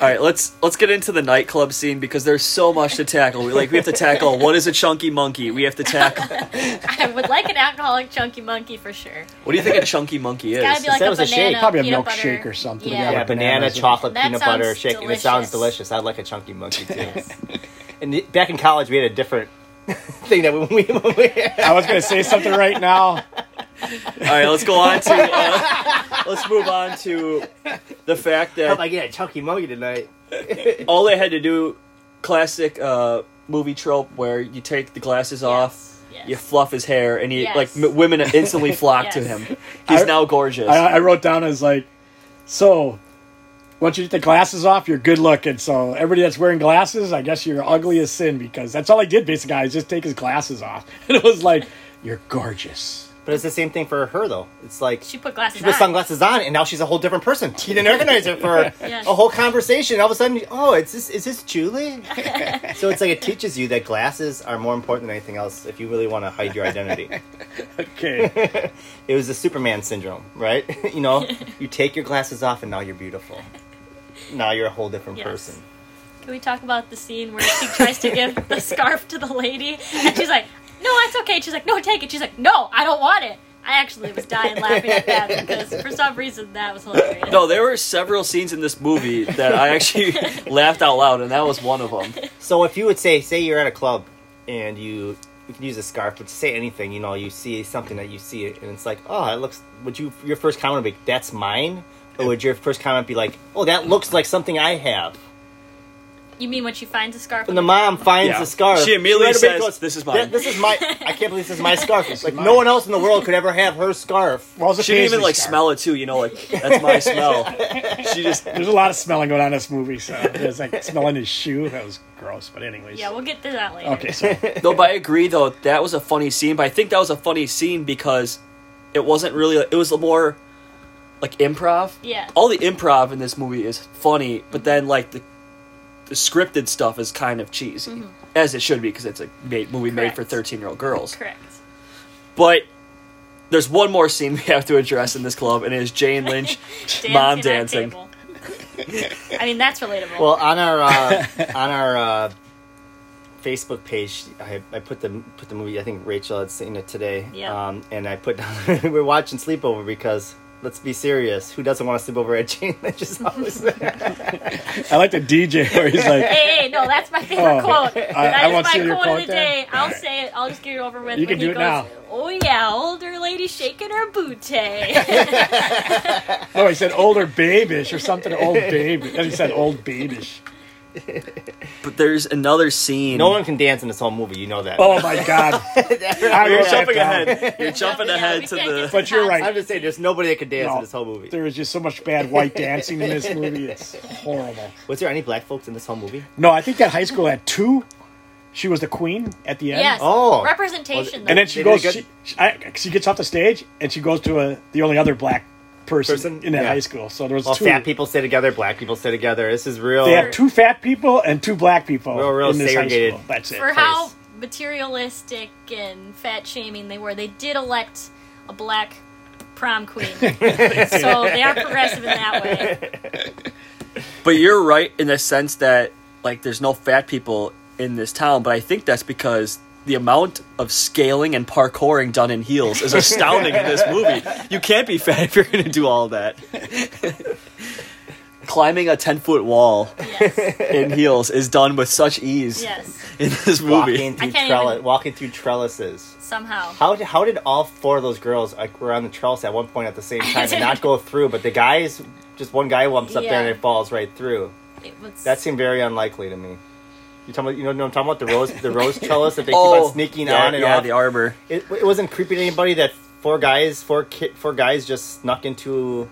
B: All right, let's let's get into the nightclub scene because there's so much to tackle. We like we have to tackle what is a chunky monkey. We have to tackle
C: I would like an alcoholic chunky monkey for sure.
B: what do you think a chunky monkey
C: Gotta
B: is?
C: be like
D: that
C: a
D: was a
C: banana,
D: shake.
E: Probably a
C: peanut
E: milkshake
C: butter.
E: or something.
C: Yeah.
D: Yeah,
E: Yeah,
D: banana,
E: bananas.
D: chocolate,
C: That
D: peanut butter
C: sounds
D: shake, and it sounds
C: delicious.
D: delicious. I like a chunky monkey too. and the- back in college, we had a different thing that when we, when we
E: I was going to say something right now.
B: All right, let's go on to uh, let's move on to the fact
D: I'm
B: that
D: like, yeah, chunky monkey tonight.
B: all they had to do, classic uh, movie trope where you take the glasses off.
C: Yes.
B: You fluff his hair, and he
C: Yes.
B: like m- women instantly flock to
C: Yes.
B: him. He's
E: I-
B: now gorgeous.
E: I, I wrote down as like, so once you get the glasses off, you're good looking. So everybody that's wearing glasses, I guess you're ugly as sin because that's all I did basically. I just take his glasses off. And it was like, you're gorgeous.
D: But it's the same thing for her though. It's like
C: She
D: she
C: put glasses
D: put
C: on.
D: sunglasses on, and now she's a whole different person. She didn't recognize her for
C: Yes.
D: a whole conversation. All of a sudden, oh, it's this is this Julie? so it's like it teaches you that glasses are more important than anything else if you really want to hide your identity.
E: Okay.
D: it was the Superman syndrome, right? you know, you take your glasses off, and now you're beautiful. Now you're a whole different
C: Yes.
D: person.
C: Can we talk about the scene where she tries to give the scarf to the lady and she's like, "No, it's okay." She's like, "No, take it." She's like, "No, I don't want it." I actually was dying laughing at that because for some reason that was hilarious.
B: No, there were several scenes in this movie that I actually laughed out loud, and that was one of them.
D: So if you would say, say you're at a club and you you can use a scarf, but say anything, you know, you see something that you see it, and it's like, oh, it looks. Would you your first comment would be that's mine, or would your first comment be like, oh, that looks like something I have?
C: You mean when she finds a scarf?
D: When the mom finds
B: Yeah.
D: the scarf,
B: She immediately
D: right away
B: says, "This is mine."
D: "That- This is my. I can't believe this is my scarf. It's like no one else in the world could ever have her scarf.
E: Well, it's a
B: She didn't even
E: paisley
B: like
E: scarf.
B: smell it too, you know, like that's my smell. She just
E: There's a lot of smelling going on in this movie. So there's like smelling his shoe. That was gross. But anyways.
C: yeah, we'll get to that later.
E: Okay. So
B: no, but I agree though. That was a funny scene, but I think that was a funny scene because it wasn't really. It was more like improv.
C: Yeah.
B: All the improv in this movie is funny, but then like the the scripted stuff is kind of cheesy, as it should be because it's a made, movie made for
C: Mm-hmm. Correct.
B: thirteen year old girls.
C: Correct.
B: But there's one more scene we have to address in this club, and it is Jane Lynch mom dancing.
C: on a table. I mean, that's relatable.
D: Well, on our uh, on our uh, Facebook page, I, I put the put the movie. I think Rachel had seen it today.
C: Yeah.
D: Um, and I put down we're watching Sleepover because let's be serious. Who doesn't want to sleep over at Jane Lynch's house?
E: I like the DJ where he's like,
C: hey, hey, no, that's my favorite
E: Oh,
C: quote. that
E: I
C: is
E: won't
C: my
E: see your
C: quote of
E: quote
C: the
E: there.
C: day. I'll say it. I'll just get it over with.
E: You
C: when
E: can
C: he
E: do it
C: goes,
E: now.
C: Oh yeah, older lady shaking her booty.
E: no, oh, he said older babish or something. Old baby. And he said old babish.
B: But there's another scene.
D: no one can dance in this whole movie. You know that.
E: Oh my God. I
B: You're
E: wrote that
B: jumping
E: down.
B: ahead. You're jumping
C: Yeah,
B: ahead
C: we
B: to
C: can't
B: the.
C: get
E: But you're right.
D: I'm just saying, there's nobody that could dance
E: No,
D: in this whole movie.
E: There is just so much bad white dancing in this movie. It's horrible.
D: Was there any black folks in this whole movie?
E: No, I think that high school had two. She was the queen at the end.
C: yes.
D: Oh.
C: Representation.
E: And then she
D: They did
E: goes.
D: good.
E: She, she, I, she gets off the stage and she goes to a, the only other black person,
D: Person?
E: in that
D: Yeah.
E: high school. So there was
D: Well,
E: two.
D: fat people stay together, black people stay together. This is real.
E: They have two fat people and two black people
D: Real, real
E: in this
D: segregated.
E: high school. That's it.
C: for
D: place.
C: how materialistic and fat shaming they were, they did elect a black prom queen. so they are progressive in that way.
B: But you're right in the sense that like there's no fat people in this town, but I think that's because the amount of scaling and parkouring done in heels is astounding in this movie. You can't be fat if you're going to do all that. climbing a ten foot wall
C: Yes.
B: in heels is done with such ease
C: yes.
B: in this
D: walking
B: movie.
D: through
C: can't
D: trellis,
C: even-
D: walking through trellises.
C: Somehow.
D: How did, how did all four of those girls like were on the trellis at one point at the same time and not go through? But the guys, just one guy lumps up there and
C: Yeah.
D: it falls right through.
C: It was.
D: That seemed very unlikely to me. You talking about you know, what I'm talking about the rose the rose trellis that they keep
B: Oh,
D: on sneaking
B: yeah,
D: on and
B: yeah,
D: off.
B: the arbor.
D: it, it wasn't creepy to anybody that four guys four kid four guys just snuck into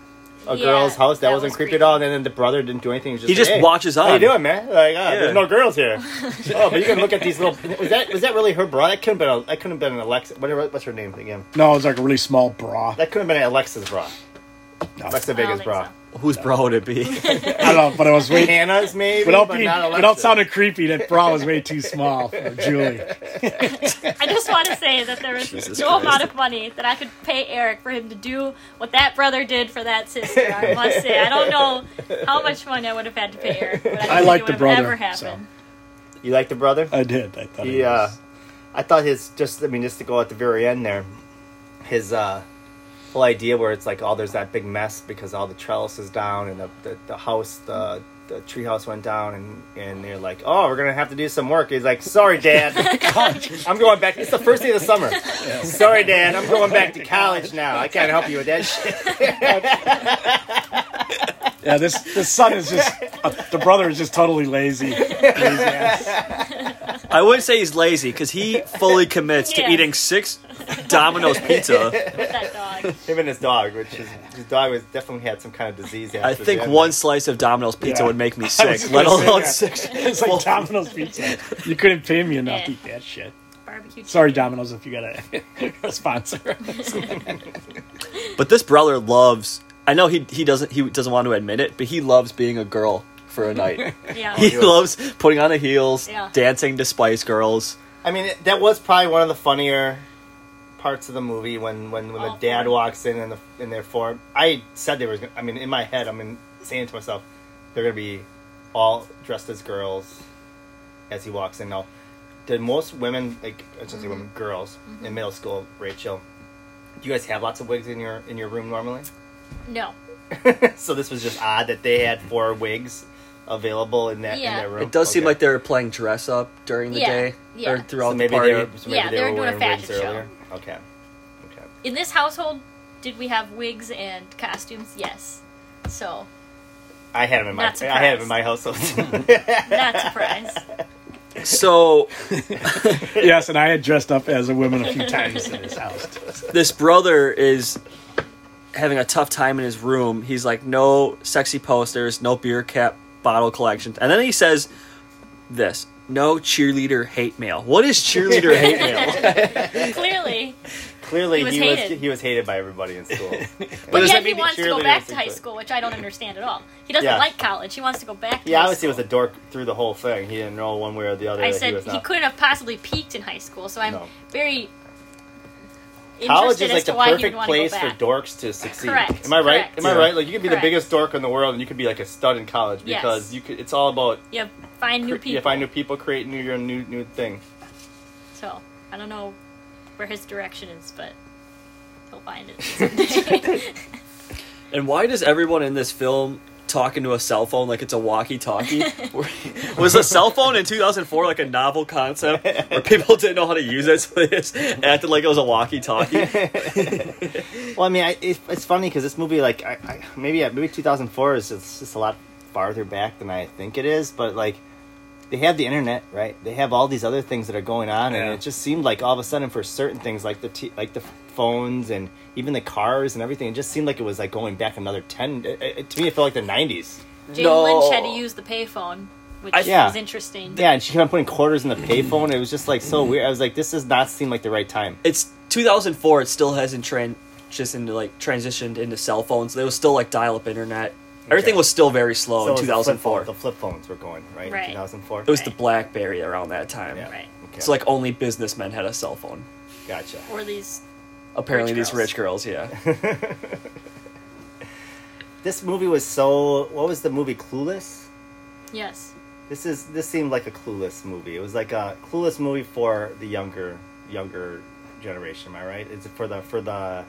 D: a
C: Yeah,
D: girl's house. That,
C: that
D: wasn't
C: was
D: creepy, at
C: creepy.
D: all. And then the brother didn't do anything. was
B: He just
D: like, hey,
B: watches
D: How you
B: on.
D: doing, man? Like, ah,
B: Yeah.
D: there's no girls here. oh, but you can look at these little. Was that was that really her bra? That couldn't been. A, that couldn't have been an Alexa. Whatever. What's her name again?
E: No, it's like a really small bra.
D: That could have been an Alexa's bra.
E: No.
D: Alexa
C: I don't
D: Vega's
C: think
D: bra.
C: so.
B: Whose bra would it be?
E: I don't know, but it was way
D: Hannah's maybe,
E: without
D: but
E: being
D: not Alexa.
E: without sounding creepy. That bra was way too small for Julie.
C: I just want to say that there is
B: Jesus
C: no
B: Christ.
C: amount of money that I could pay Eric for him to do what that brother did for that sister. I must say, I don't know how much money I would have had to pay Eric. But I, don't
E: I
C: think
E: like
C: it
E: the
C: would have
E: brother.
C: Ever happened.
E: So
D: You like the brother?
E: I did. I thought.
D: he,
E: Yeah.
D: uh, I thought his just I mean just to go at the very end there, his uh, whole idea where it's like oh there's that big mess because all the trellis is down and the the, the house the the tree house went down and and they're like oh we're gonna have to do some work he's like sorry dad I'm going back it's the first day of the summer sorry dad I'm going back to college now I can't help you with that shit
E: yeah. This the son is just uh, the brother is just totally lazy. Lazy ass.
B: I wouldn't say he's lazy because he fully commits
C: Yeah.
B: to eating six Domino's pizza.
C: With that dog.
D: him and his dog which is his dog was definitely had some kind of disease
B: I
D: after
B: think
D: that.
B: one slice of Domino's pizza
E: Yeah.
B: would make me
E: was
B: sick,
E: just
B: let
E: gonna say
B: alone
E: that.
B: six.
E: It's like Domino's pizza. You couldn't pay me enough to
C: Yeah.
E: eat that shit.
C: Barbecue.
E: Sorry,
C: chicken.
E: Domino's, if you got a sponsor.
B: But this brother loves. I know he he doesn't he doesn't want to admit it, but he loves being a girl for a night.
C: Yeah.
B: he loves putting on the heels,
C: Yeah.
B: dancing to Spice Girls.
D: I mean, it- that was probably one of the funnier parts of the movie when when, when the
C: Awful.
D: dad walks in in, the, in their form. I said they were. gonna- I mean, in my head, I'm in, saying to myself, they're gonna be all dressed as girls as he walks in. Now, did most women, like I should say, women, girls in middle school, Rachel? Do you guys have lots of wigs in your in your room normally?
C: No.
D: so this was just odd that they had four wigs available in that in
C: Yeah.
D: their
E: Oh,
D: room.
B: It does seem
D: Okay.
B: like they were playing dress up during the
C: Yeah,
B: day
C: yeah.
B: or throughout
D: so maybe
B: the party.
D: they were so maybe
C: Yeah, they were doing a
D: wearing wigs
C: fashion show.
D: earlier. Okay. Okay.
C: In this household, did we have wigs and costumes? Yes. So
D: I had him in my
C: Not
D: I had him in my household.
C: not surprised.
B: So
E: yes, and I had dressed up as a woman a few times in this house.
B: this brother is having a tough time in his room. He's like, no sexy posters, no beer cap bottle collections. And then he says this no cheerleader hate mail. What is cheerleader hate mail?
C: Clearly,
D: Clearly,
C: He
D: he
C: was
D: was,
C: hated.
D: he was hated by everybody in school.
C: but
D: does
C: yet
D: that
C: he
D: mean
C: wants to go
D: cheerleaders
C: back to
D: and
C: high
D: stuff?
C: school, which I don't understand at all. He doesn't
D: Yeah.
C: like college. He wants to go back. To
D: yeah,
C: high
D: obviously, he was
C: school.
D: a dork through the whole thing. He didn't know one way or the other.
C: I
D: that
C: said
D: was
C: he,
D: not-
C: couldn't have possibly peaked in high school, so I'm
D: No.
C: very interested
D: College is
C: as
D: like
C: to
D: the
C: why he would
D: perfect
C: want to go
D: place for
C: back.
D: dorks to succeed.
C: Correct,
D: Am I right?
C: correct.
D: Am I
B: Yeah.
D: right? Like you could be
C: Correct.
D: the biggest dork in the world, and you could be like a stud in college
C: Yes.
D: because you could. It's all about
C: yeah, find new
D: cre-
C: people.
D: you find new people, create new your new new thing.
C: So I don't know where his direction is, but he'll find it.
B: and why does everyone in this film talk into a cell phone like it's a walkie talkie? Was a cell phone in 2004 like a novel concept where people didn't know how to use it, so they just acted like it was a walkie talkie?
D: Well, I mean, I, it, it's funny because this movie, like, I, I, maybe yeah, maybe 2004 is just, just a lot farther back than I think it is, but like, they have the internet, right? They have all these other things that are going on,
B: Yeah.
D: and it just seemed like all of a sudden for certain things, like the t- like the phones and even the cars and everything, it just seemed like it was like going back another 10. It, it- to me, it felt like the 90s.
C: Jane
B: No.
C: Lynch had to use the payphone, which
B: I-
D: Yeah.
C: was interesting.
D: Yeah, and she kept on putting quarters in the payphone. It was just like so weird. I was like, this does not seem like the right time.
B: it's 2004 it still hasn't tran- just into like transitioned into cell phones it was still like dial-up internet everything
D: Okay.
B: was still very slow Oh, in
D: it was the flip
B: 2004
D: phone- The flip phones were going, right? in
C: Right.
D: 2004.
B: it was the blackberry around that time
D: Yeah.
C: Right.
D: Okay.
B: so like only businessmen had a cell phone
D: gotcha.
C: Or these.
B: apparently
C: Rich
B: these
C: girls.
B: rich girls yeah
D: this movie was so what was the movie clueless
C: Yes.
D: this is this seemed like a clueless movie it was like a clueless movie for the younger younger generation am i right is it for the for the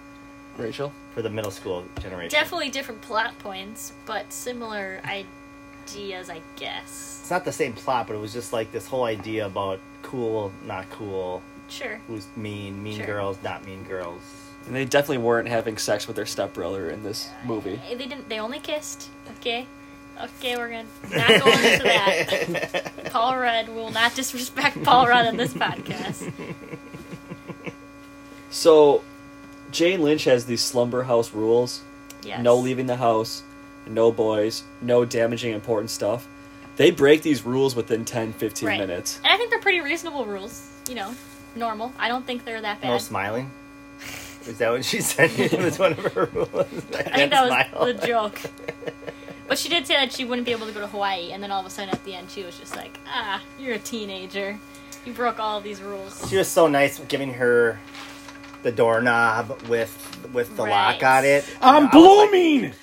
B: Rachel?
D: for the middle school generation.
C: Definitely different plot points, but similar ideas, I guess.
D: It's not the same plot, but it was just like this whole idea about cool, not cool,
C: Sure.
D: who's mean, mean
C: Sure.
D: girls, not mean girls.
B: And they definitely weren't having sex with their stepbrother in this movie.
C: Eh, They didn't. They only kissed. Okay. Okay, we're gonna not go into that. Paul Rudd will not disrespect Paul Rudd on this podcast.
B: So, Jane Lynch has these slumber house rules
C: Yes.
B: no leaving the house, no boys, no damaging important stuff. They break these rules within 10, 15
C: Right.
B: minutes.
C: And I think they're pretty reasonable rules. You know, normal. I don't think they're that bad.
D: No smiling. Is that what she said? it was one of her rules.
C: I think that was the joke. But she did say that she wouldn't be able to go to Hawaii, and then all of a sudden at the end she was just like, ah, you're a teenager. You broke all these rules.
D: She was so nice giving her the doorknob with with the
C: Right.
D: lock on it.
E: I'm
D: I was like-
E: blooming.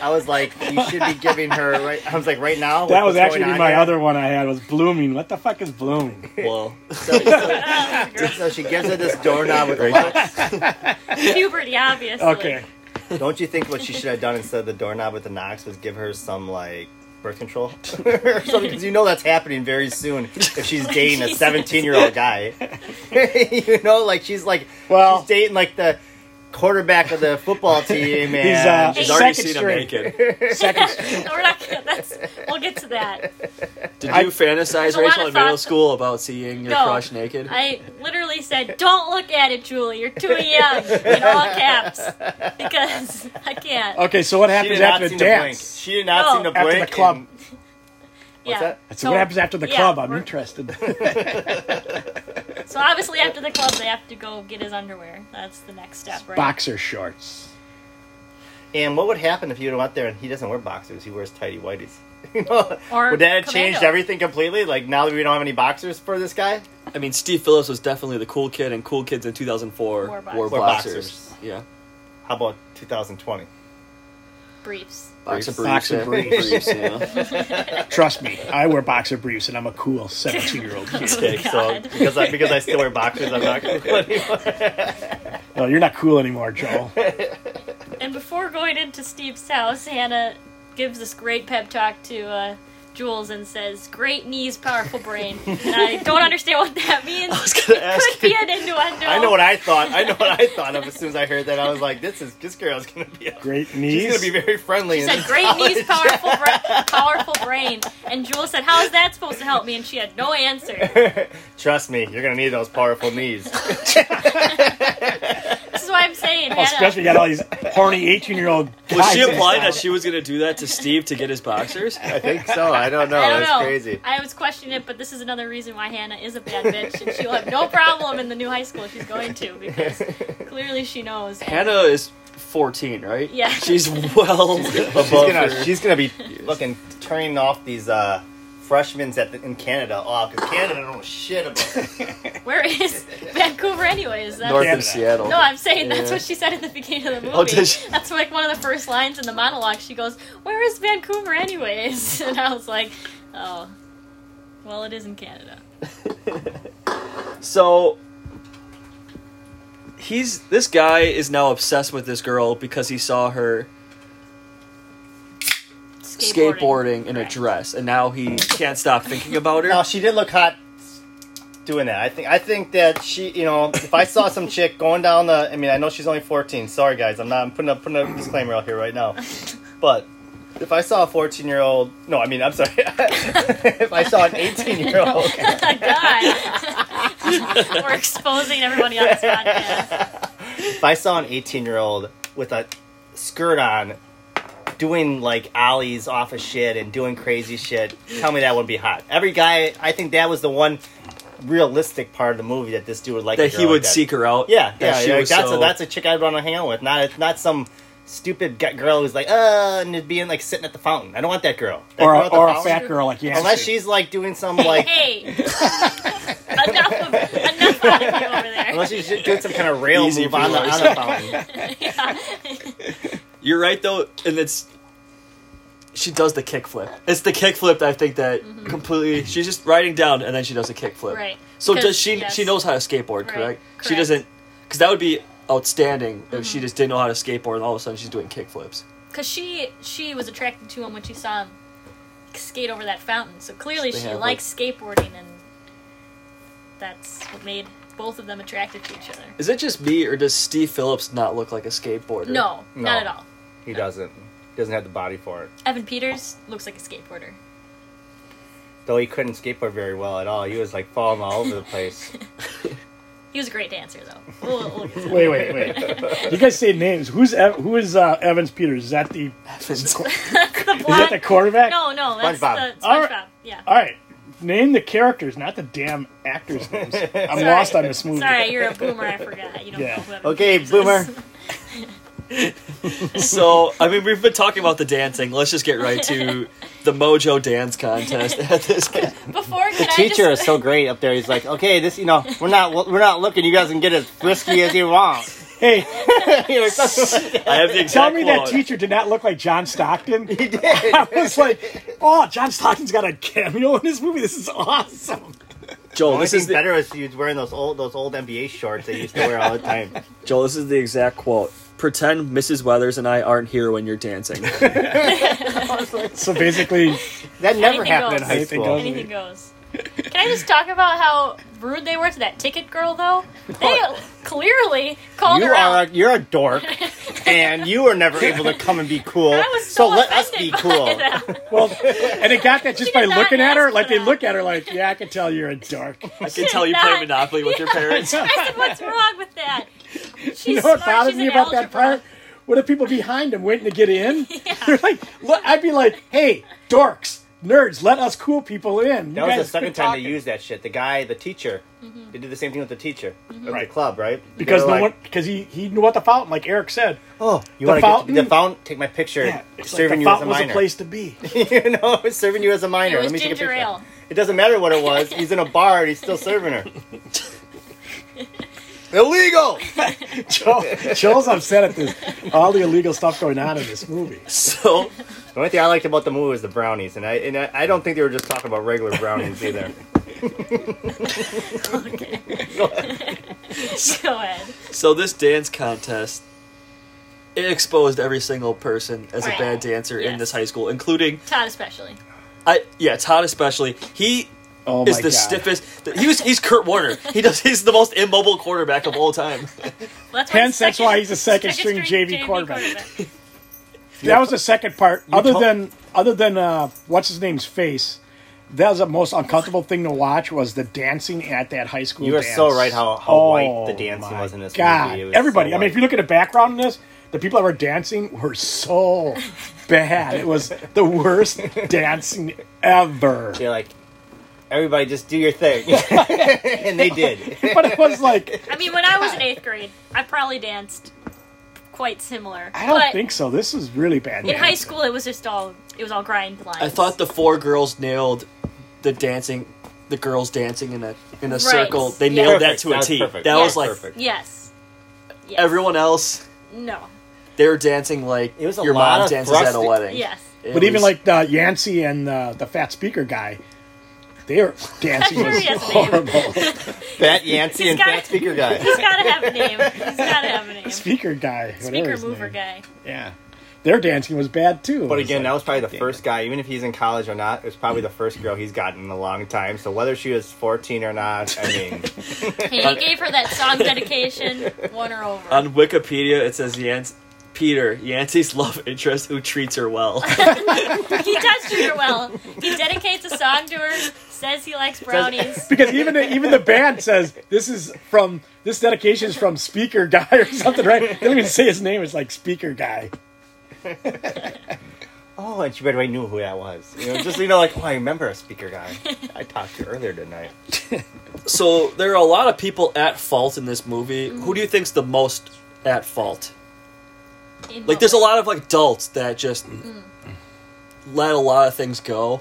D: I was like, you should be giving her. Right, I was like, right now.
E: That was
D: what's
E: actually
D: going on
E: my
D: here?
E: other one I had was blooming. What the fuck is blooming?
B: Well,
D: So, so,
C: um,
D: so she gives her this doorknob with a lock.
C: Puberty, obviously.
E: Okay.
D: Don't you think what she should have done instead of the doorknob with the knocks was give her some like birth control or something? Because you know that's happening very soon if she's dating a
C: Jesus.
D: seventeen-year-old guy. you know, like she's like
E: Well-
D: she's dating like the quarterback of the football team, and
E: He's uh,
B: she's
C: Hey,
B: already
E: second
B: seen him
E: string.
B: naked.
E: Second
C: We're not gonna, that's, we'll get to that.
B: Did
E: I-
B: you fantasize,
C: a lot
B: Rachel,
C: of
B: in middle
C: thoughts-
B: school about seeing your
C: No.
B: crush naked?
C: I literally said, don't look at it, Julie. You're too young, in all caps. Because I can't.
E: Okay, so what
D: She
E: happens
D: did not
E: after the
D: seem to blink.
E: dance?
D: She did not
C: No.
D: seem to
E: After the
D: blink.
E: club.
D: and-
C: yeah.
D: that?
E: So what happens after the
C: yeah,
E: club? I'm
C: we're-
E: interested.
C: So obviously after the club, they have to go get his underwear. That's the next step, right?
E: Boxer shorts.
D: And what would happen if you went out there and he doesn't wear boxers? He wears tidy whities. You know?
C: Or
D: would that have changed
C: commando.
D: everything completely? Like now that we don't have any boxers for this guy,
B: I mean, Steve Phillips was definitely the cool kid, and cool kids in 2004
C: Wore
B: wore
C: boxers.
B: boxers.
D: Wore boxers.
B: Yeah.
D: how about 2020?
C: Briefs.
B: Boxer briefs.
E: Boxer
B: yeah.
E: briefs.
B: yeah.
E: Trust me, I wear boxer briefs and I'm a cool 17 year old kid.
D: Okay, so
C: Oh, God.
D: because I because I still wear boxers, I'm not going to anymore.
E: No, Oh, you're not cool anymore, Joel.
C: And before going into Steve's house, Hannah gives this great pep talk to uh, Jules and says, "Great knees, powerful brain." and I don't understand what that means.
B: I was going to ask
C: Could be an innuendo.
D: I know what I thought. I know what I thought of as soon as I heard that. I was like, this is this girl's going to be. A,
E: Great
D: she's
E: knees.
D: going to be very friendly.
C: she
D: in
C: said,
D: this
C: "Great
D: college."
C: knees, powerful, bra- powerful brain." And Jules said, "How is that supposed to help me?" And she had no answer.
D: Trust me, you're going to need those powerful knees.
C: This is what I'm saying,
E: Oh, especially
C: Hannah.
E: you got all these horny 18 year old guys.
B: Was she implying that she was going to do that to Steve to get his boxers?
D: I think so. I don't know.
C: I don't
D: Oh, That's
C: know.
D: crazy.
C: I was questioning it, but this is another reason why Hannah is a bad bitch, and she'll have no problem in the new high school she's going to because clearly she knows.
B: Hannah is 14, right?
C: Yeah.
B: She's well above
D: She's gonna,
B: her.
D: she's gonna be fucking turning off these uh, freshmen at the, in Canada off because Canada don't know shit about this.
C: Where is Vancouver, anyways? That's,
B: north
E: Canada.
B: of Seattle.
C: no, I'm saying that's
B: Yeah.
C: what she said in the beginning of the movie.
B: Oh, did she?
C: That's like one of the first lines in the monologue. She goes, "Where is Vancouver, anyways?" And I was like, "Oh, well, it is in Canada."
B: So he's this guy is now obsessed with this girl because he saw her skateboarding, in a
C: Correct.
B: dress, and now he can't stop thinking about her.
D: No, she did look hot doing that. I think I think that she, you know, if I saw some chick going down the, I mean, I know she's only fourteen. Sorry, guys, I'm not. I'm putting up putting a disclaimer out here right now, but. If I saw a 14 year old, no, I mean, I'm sorry. if I saw an 18 year old,
C: God, we're exposing everybody on this podcast.
D: if I saw an 18 year old with a skirt on doing like ollies off of shit and doing crazy shit, tell me that would be hot. Every guy, I think that was the one realistic part of the movie that this dude would like. a
B: that he
D: girl
B: would
D: like that.
B: seek her out.
D: Yeah,
B: that
D: yeah,
B: she
D: yeah,
B: was
D: that's
B: so-
D: a that's a chick I'd want to hang out with. Not it's not some stupid gu- girl who's like uh and being like sitting at the fountain. I don't want that girl. That
E: Or
D: girl
E: a,
D: at the
E: or a
D: fountain,
E: fat girl like Yancy.
D: unless she's like doing some like
C: Hey, enough of enough out of you over there.
D: unless she's doing some kind of rail
B: Easy
D: move on the,
B: for you.
D: on the fountain.
B: You're right though, and it's she does the kickflip. It's the kickflip that I think that completely she's just riding down and then she does a kickflip.
C: Mm-hmm. Right.
B: So
C: Because-
B: does she
C: yes.
B: she knows how to skateboard,
C: Right.
B: correct? She
C: Correct. Mm-hmm.
B: doesn't cuz that would be outstanding. If she just didn't know how to skateboard, and all of a sudden she's doing kickflips.
C: because she she was attracted to him when she saw him skate over that fountain. So clearly
B: They
C: she
B: have,
C: likes skateboarding, and that's what made both of them attracted to each other.
B: Is it just me, or does Steve Phillips not look like a skateboarder?
C: No,
D: No.
C: not at all.
D: He doesn't. He doesn't have the body for it.
C: Evan Peters looks like a skateboarder.
D: Though he couldn't skateboard very well at all. He was like falling all over the place.
C: He was a great dancer, though. We'll, we'll get to that.
E: Wait, wait, wait. you guys say names. Who's Ev- who is uh, Evans Peters? Is that the is
C: The
E: that
C: blonde-
E: the quarterback?
C: Uh, No, no, that's
D: SpongeBob.
C: the
E: All
C: SpongeBob.
E: right.
C: Yeah.
E: All right. Name the characters, not the damn actors' names. I'm lost on this movie.
C: Sorry, you're a boomer. I forgot. You don't
E: Yeah.
C: know who Evan
D: Okay,
C: Peters is.
D: boomer.
B: So I mean, we've been talking about the dancing. Let's just get right to the Mojo Dance Contest at this.
C: Before can I
D: Teacher
C: just,
D: is so great up there. He's like, okay, this, you know, we're not, we're not looking. You guys can get as frisky as you want.
E: Hey,
D: You know, something like
B: I have the
E: tell
B: exact
E: me
B: quote.
E: that teacher did not look like John Stockton. He did. I was like, oh, John Stockton's got a cameo in this movie. This is awesome.
B: Joel,
D: Only
B: this
D: thing
B: is the,
D: better is he was wearing those old those old NBA shorts they used to wear all the time.
B: Joel. This is the exact quote. Pretend Mrs. Weathers and I aren't here when you're dancing.
E: So basically,
D: That never
C: Anything
D: happened in
C: goes.
D: high
E: Anything
D: school.
E: goes.
C: Anything goes. Can I just talk about how rude they were to that ticket girl, though? They clearly called
D: You
C: her
D: are a,
C: out.
D: you're a dork, and you were never able to come and be cool.
C: I was
D: so
C: so,
D: let us be
C: offended by
D: cool.
C: that.
E: well, and it got that just
C: She
E: by
C: did not
E: looking at her.
C: ask
E: Like
C: for
E: they
C: that.
E: look at her, like, yeah, I can tell you're a dark.
B: I can tell you play
C: Not-
B: Monopoly with your parents.
C: I said, what's wrong with that? She's
E: You know what
C: smart.
E: bothers
C: She's
E: me
C: an
E: about that
C: algebra.
E: part? What are people behind him waiting to get in? They're like, look, I'd be like, hey, dorks, nerds, let us cool people in. You
D: That was
E: guys
D: the second
E: quit
D: time
E: talking.
D: they used that shit. The guy, the teacher, they did the same thing with the teacher at
E: Right.
D: the club, right?
E: because
D: They
E: no
D: were
E: one
D: like,
E: because he he knew about the fountain, like Eric said.
D: Oh, you want to
E: the
D: get to
E: fountain-
D: the fountain? Take my picture.
E: Yeah, it's like
D: serving
E: the
D: you as a
E: fountain was a
D: minor.
E: place to be.
D: you know, it's serving you as a minor.
C: It was
D: Let me take a
C: ginger
D: picture.
C: ale.
D: It doesn't matter what it was. He's in a bar and he's still serving her. Illegal.
E: Joel, Joel's upset at this, all the illegal stuff going on in this movie.
B: So
D: The only thing I liked about the movie was the brownies, and I and I, I don't think they were just talking about regular brownies either.
C: Go ahead.
B: So this dance contest it exposed every single person as a
C: Right.
B: bad dancer in
C: Yes.
B: this high school, including
C: Todd especially.
B: I yeah, Todd especially. He
E: Oh
B: is
E: my
B: the
E: god!
B: stiffest he was he's Kurt Warner. He does he's the most immobile quarterback of all time.
C: Well, that's
E: Hence, that's why he's a second string JV quarterback. that was the second part. Other
D: told-
E: than other than uh, what's his name's face, that was the most uncomfortable thing to watch was the dancing at that high school.
D: You are
E: dance. Oh
D: so right how- how white the dancing
E: my
D: was in this
E: God.
D: movie. It was
E: Everybody,
D: so
E: I mean, if
D: white.
E: you look at the background in this, the people that were dancing were so bad. It was the worst dancing ever.
D: They're like, everybody, just do your thing, and they did.
E: But it was like
C: I mean, when I was in eighth grade, I probably danced quite similar.
E: I don't
C: but
E: think so. This is really bad.
C: in high school it was just all it was all grind lines.
B: I thought the four girls nailed the dancing the girls dancing in a in a
C: Right.
B: circle. They
C: Yeah.
B: nailed that
D: Perfect.
B: to
D: That
B: a
D: was
B: T.
D: perfect.
B: That
D: That
B: was
D: was
B: like
D: perfect.
C: yes. yes.
B: everyone else
C: No.
B: they were dancing like
D: It was a
B: your
D: lot
B: mom
D: of
B: dances at a
D: thrusting.
B: wedding.
C: Yes.
B: It
E: But even
B: was-
E: like the Yancey and uh, the fat speaker guy, their dancing
C: Sure,
E: was
C: yes, they-
E: horrible.
D: Fat Yancey and
C: got-
D: Fat Speaker Guy.
C: He's gotta have a name. He's gotta have a name.
E: speaker guy, whatever
C: Speaker
E: his
C: mover
E: name.
C: guy.
E: Yeah, their dancing was bad too.
D: But
E: It was
D: again, that
E: like-
D: was probably the first guy, even if he's in college or not, it was probably the first girl he's gotten in a long time. So whether she was 14 or not, I mean,
C: And he gave her that song dedication, won her over.
B: on Wikipedia it says Yance Peter, Yancey's love interest who treats her well.
C: he does treat her well. He dedicates a song to her, says he likes brownies.
E: because even the, even the band says this is from this dedication is from speaker guy or something, right? They don't even say his name. It's like speaker guy.
D: oh, and she right away knew who that was. You know, just you know, like, oh, I remember a Speaker Guy. I talked to her earlier tonight.
B: so there are a lot of people at fault in this movie.
C: Mm-hmm.
B: Who do you think's the most at fault?
C: In
B: Like, there's a lot of like adults that just
C: Mm.
B: let a lot of things go,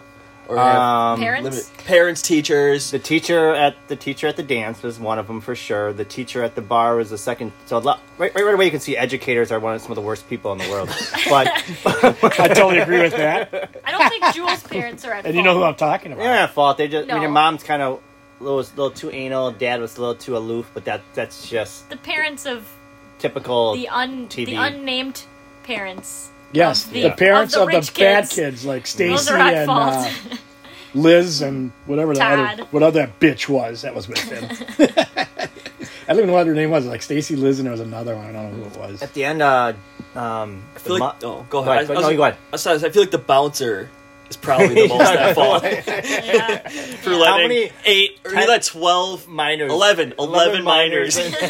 B: or have
D: Um,
C: Parents?
B: limited- parents, teachers.
D: The teacher at the teacher at the dance was one of them for sure. The teacher at the bar was the second. So a lot, right, right, right away, you can see educators are one of some of the worst people in the world. But
E: I totally agree with that.
C: I don't think Jules' parents are at
E: And you know who
C: fault.
E: I'm talking about?
D: they're not at fault. They just. I mean,
C: No.
D: your mom's kind of was a little too anal. Dad was a little too aloof. But that that's just
C: The parents of
D: typical
C: the un the
D: TV.
C: unnamed parents.
E: Yes,
C: Of
E: the,
C: the-
E: parents
C: of
E: of
C: the
E: the,
C: rich
E: bad
C: kids.
E: kids like
C: Those
E: Stacy
C: are at
E: and
C: fault.
E: uh, Liz and whatever that other,
C: Todd.
E: whatever that bitch was that was with him. I don't even know what her name was. Like Stacy, Liz, and there was another one. I don't know who it was.
D: At the end, uh, um,
B: I feel like, oh, go
D: Go
B: ahead.
D: ahead. No, you go ahead.
B: I, was- I feel like the bouncer is probably the most at fault
C: yeah.
B: for letting How
D: many-
B: eight, or he
D: ten-
B: let 12,
D: minors.
B: 11, 11 minors.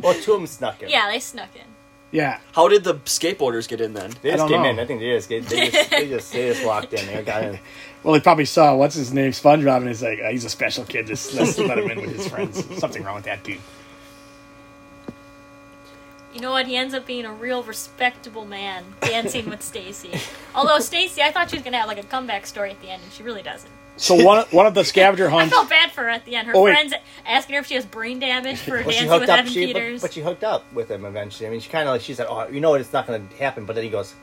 D: well, two of them snuck in.
C: yeah, they snuck in.
E: Yeah,
B: How did the skateboarders get in then?
D: They
E: I
D: just
E: don't
D: came
E: know.
D: in. I think they just they just they just, they just walked in. They got in.
E: Well, he probably saw what's his name, SpongeBob, and he's like, uh, he's a special kid. Just let's let him in with his friends. Something wrong with that dude.
C: You know what? He ends up being a real respectable man dancing with Stacy. Although Stacy, I thought she was gonna have like a comeback story at the end, and she really doesn't.
E: So one one of the scavenger
C: I
E: hunts.
C: felt bad for her at the end. Her
E: Oh, wait.
C: friends asking her if she has brain damage for
D: Well, she
C: dancing
D: hooked
C: with
D: up.
C: Evan
D: She but,
C: Peters.
D: but she hooked up with him eventually. I mean, she kind of like she said, "Oh, you know what? It's not going to happen." But then he goes.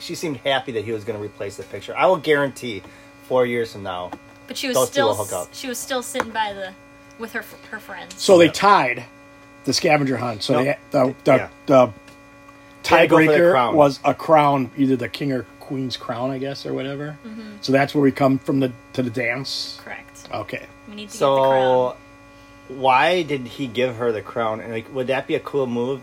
D: She seemed happy that he was going to replace the picture. I will guarantee, four years from now,
C: But she was
D: Those two
C: still
D: will hook up.
C: she was still sitting by the with her her friends.
E: So they tied the scavenger hunt. So
D: Nope.
E: they, the the,
D: Yeah.
E: the
D: They go for the
E: tiebreaker
D: crown.
E: was a crown, either the king or queen's crown, I guess, or whatever.
C: Mm-hmm.
E: So that's where we come from the to the dance.
C: Correct.
E: Okay,
C: We need to get the
D: So,
C: crown.
D: why did he give her the crown? And like, would that be a cool move?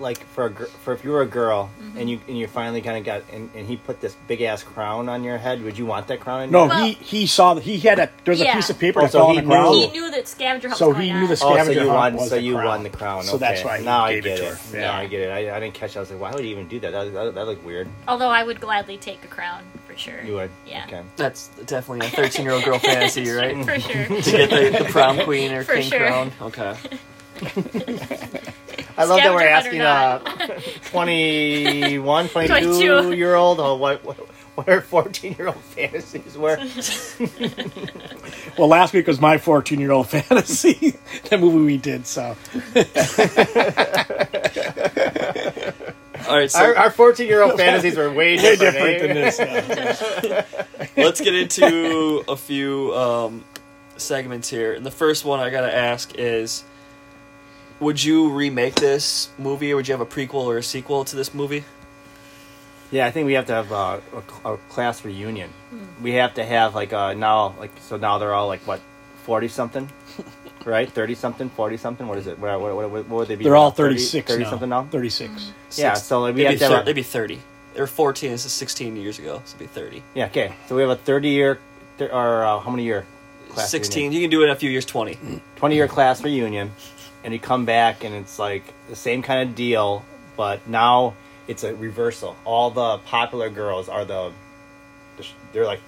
D: Like for a gir- for if you were a girl
C: Mm-hmm.
D: and you and you finally kind of got and, and he put this big ass crown on your head, would you want that crown? On
E: no,
D: your head?
C: Well-
E: he he saw that he had a there was a
C: Yeah.
E: piece of paper
D: Oh,
E: that
D: so
E: fell on
D: he
E: the ground.
C: He knew that scavenger hunt
E: so
C: was going
E: he knew
C: on.
E: the
D: Oh, so
E: scavenger
D: you
E: hunt
D: won.
E: was
D: So
E: the
D: you
E: crown.
D: won the crown.
E: So that's
D: okay.
E: why he
D: Now I
E: gave
D: get
E: it to
D: it.
E: her.
D: Now
E: Yeah.
D: I get it. I, I didn't catch. That. I was like, why would he even do that? That, that, that looked weird.
C: Although I would gladly take a crown for sure.
D: You would.
C: Yeah.
D: Okay.
B: That's definitely a 13 year old girl fantasy, right?
C: For sure.
B: to get the, the prom queen or
C: For
B: king
C: sure.
B: crown. Okay.
D: I love that we're asking
C: Scavenger
D: uh,
C: hunt
D: 21, 22
C: 22.
D: year old oh, what, what, what her 14 year old fantasies were.
E: Well, last week was my 14 year old fantasy, the movie we did. So
B: All right, so
D: our, our 14 year old fantasies were way
E: way
D: different,
E: different
D: eh?
E: than this. yeah.
B: let's get into a few um, segments here. And the first one I gotta ask is, would you remake this movie, or would you have a prequel or a sequel to this movie?
D: Yeah, I think we have to have uh, a, a class reunion.
E: Hmm.
D: We have to have like uh, now, like so now they're all like what, forty something, right? Thirty something, forty something. What is it? What, what, what, what would they be?
E: They're
D: now?
E: all 36
D: 30
E: now.
D: something now.
E: 36.
D: Yeah,
B: Six-
D: so like,
B: they'd,
D: we have
B: be
D: to
B: thir-
D: have.
B: they'd
D: A,
B: be thirty. They're fourteen. This is sixteen years ago, so it'd be thirty.
D: yeah, okay. So we have a thirty year, thir- or uh, how many year? Class
B: Sixteen.
D: reunion?
B: You can do it in a few years. Twenty.
D: 20 year class reunion and you come back and it's like the same kind of deal but now it's a reversal all the popular girls are the they're like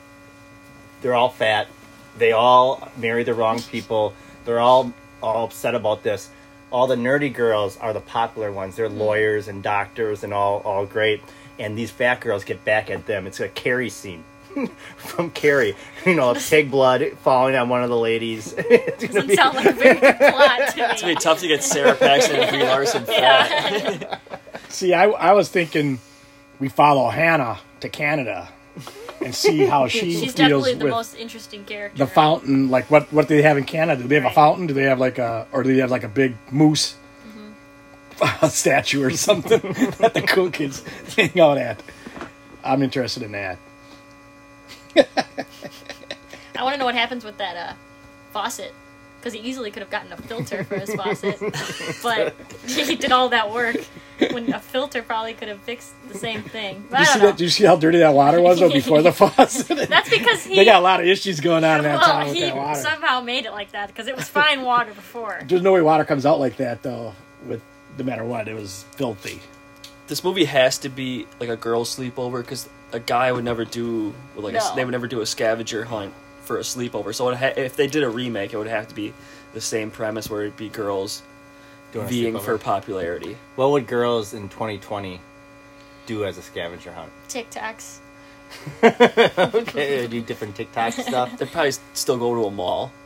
D: they're all fat they all marry the wrong people they're all all upset about this all the nerdy girls are the popular ones they're lawyers and doctors and all all great and these fat girls get back at them it's a carrie scene from carrie you know pig blood falling on one of the ladies
C: Doesn't sound like a very good plot to me.
B: It'd be tough to get Sarah Paxton and Brie Larson fat.
E: See, I, I was thinking we follow Hannah to Canada and see how she
C: She's
E: deals
C: definitely
E: with
C: the most interesting character.
E: the fountain. Like, what, what do they have in Canada? Do they have a
C: Right.
E: fountain? Do they have like a, or do they have like a big moose
C: Mm-hmm.
E: statue or something that the cool kids hang out at? I'm interested in that.
C: I want to know what happens with that uh, faucet. Because he easily could have gotten a filter for his faucet. but he did all that work when a filter probably could have fixed the same thing. But
E: Did you,
C: I
E: see
C: don't know.
E: that, did you see how dirty that water was though before the faucet?
C: That's because he,
E: they got a lot of issues going on in that
C: well,
E: town with
C: he
E: that water.
C: somehow made it like that because it was fine water before.
E: There's no way water comes out like that though. With no matter what, it was filthy.
B: this movie has to be like a girl sleepover because a guy would never do like a,
C: No.
B: they would never do a scavenger hunt for a sleepover. So it ha- if they did a remake, it would have to be the same premise where it'd be girls
D: Doing a
B: vying for
D: sleepover.
B: popularity.
D: What would girls in 2020 do as a scavenger hunt?
C: TikToks.
D: Okay, do different TikTok stuff.
B: They'd probably s- still go to a mall.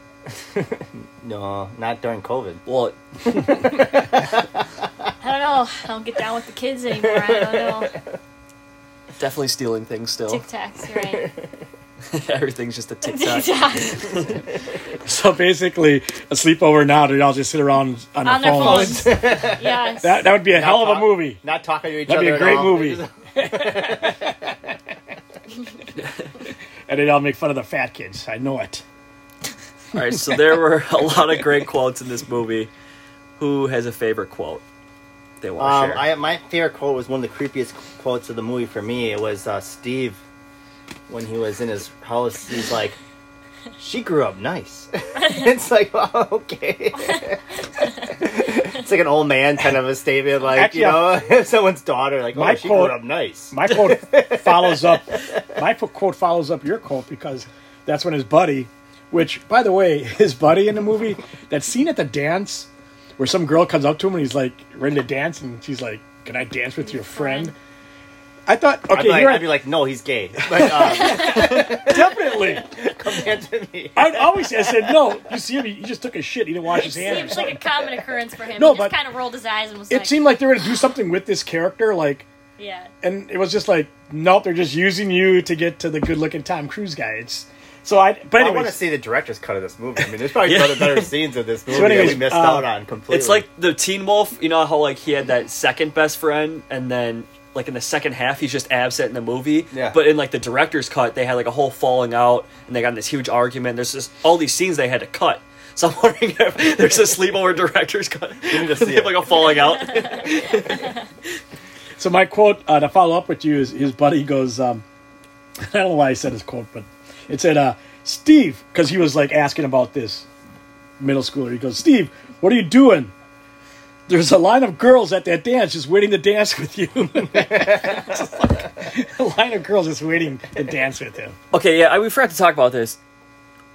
D: No, not during COVID.
B: Well,
C: I don't know. I don't get down with the kids anymore. I don't know.
B: definitely stealing things still.
C: Tic Tacs, you're right?
B: Everything's just a TikTok.
C: TikTok.
E: So basically, a sleepover now, they'd all just sit around on,
C: on
E: their
C: their
E: phones.
C: phones. yes.
E: That, that would be a hell of a
D: talk-
E: movie.
D: Not talking to each
E: That'd be
D: other.
E: a
D: at
E: great
D: all.
E: movie. and they'd all make fun of the fat kids. I know it.
B: All right, so there were a lot of great quotes in this movie. Who has a favorite quote they want
D: Um,
B: to share?
D: I, my favorite quote was one of the creepiest quotes of the movie for me. It was uh, Steve when he was in his house. He's like, "She grew up nice." it's like, oh, okay. it's like an old man kind of a statement, like
E: Actually,
D: you know, if someone's daughter, like, "Oh,
E: my
D: she
E: quote-
D: grew up nice."
E: My quote follows up. My fo- quote follows up your quote because that's when his buddy, which by the way, his buddy in the movie, that scene at the dance where some girl comes up to him and he's like ready to dance and she's like, "Can I dance with your friend?" I thought,
D: I'd,
E: okay,
D: be like,
E: here
D: I'd be like, "No, he's gay." But um,
E: I, definitely.
D: come answer me.
E: I'd always I said no. You see him? He just took a shit. He didn't wash his hands.
C: Seems like a common occurrence for him.
E: No,
C: he just
E: but-
C: kind of rolled his eyes and was
E: it
C: like,
E: seemed like they were going to do something with this character, like,
C: yeah.
E: and it was just like, nope, they're just using you to get to the good-looking Tom Cruise guy. It's so I,
D: I
E: but
D: want to
E: anyways,
D: see the director's cut of this movie. I mean, there's probably
B: Yeah. uh,
D: other better scenes of this movie
E: anyways,
D: that we missed
E: um,
D: out on completely.
B: it's like the Teen Wolf. You know how like he had that second best friend, and then like in the second half he's just absent in the movie.
D: Yeah.
B: But in like the director's cut, they had like a whole falling out, and they got in this huge argument. There's just all these scenes they had to cut. So I'm wondering if there's a sleepover director's cut.
D: need to
B: they
D: see
B: have
D: it.
B: like a falling out.
E: so my quote uh, to follow up with you is his buddy goes, um, I don't know why I said his quote, but it said, uh, Steve, because he was like asking about this middle schooler. He goes, Steve, what are you doing? There's a line of girls at that dance just waiting to dance with you. Just like, a line of girls just waiting to dance with him.
B: Okay, yeah, I, we forgot to talk about this.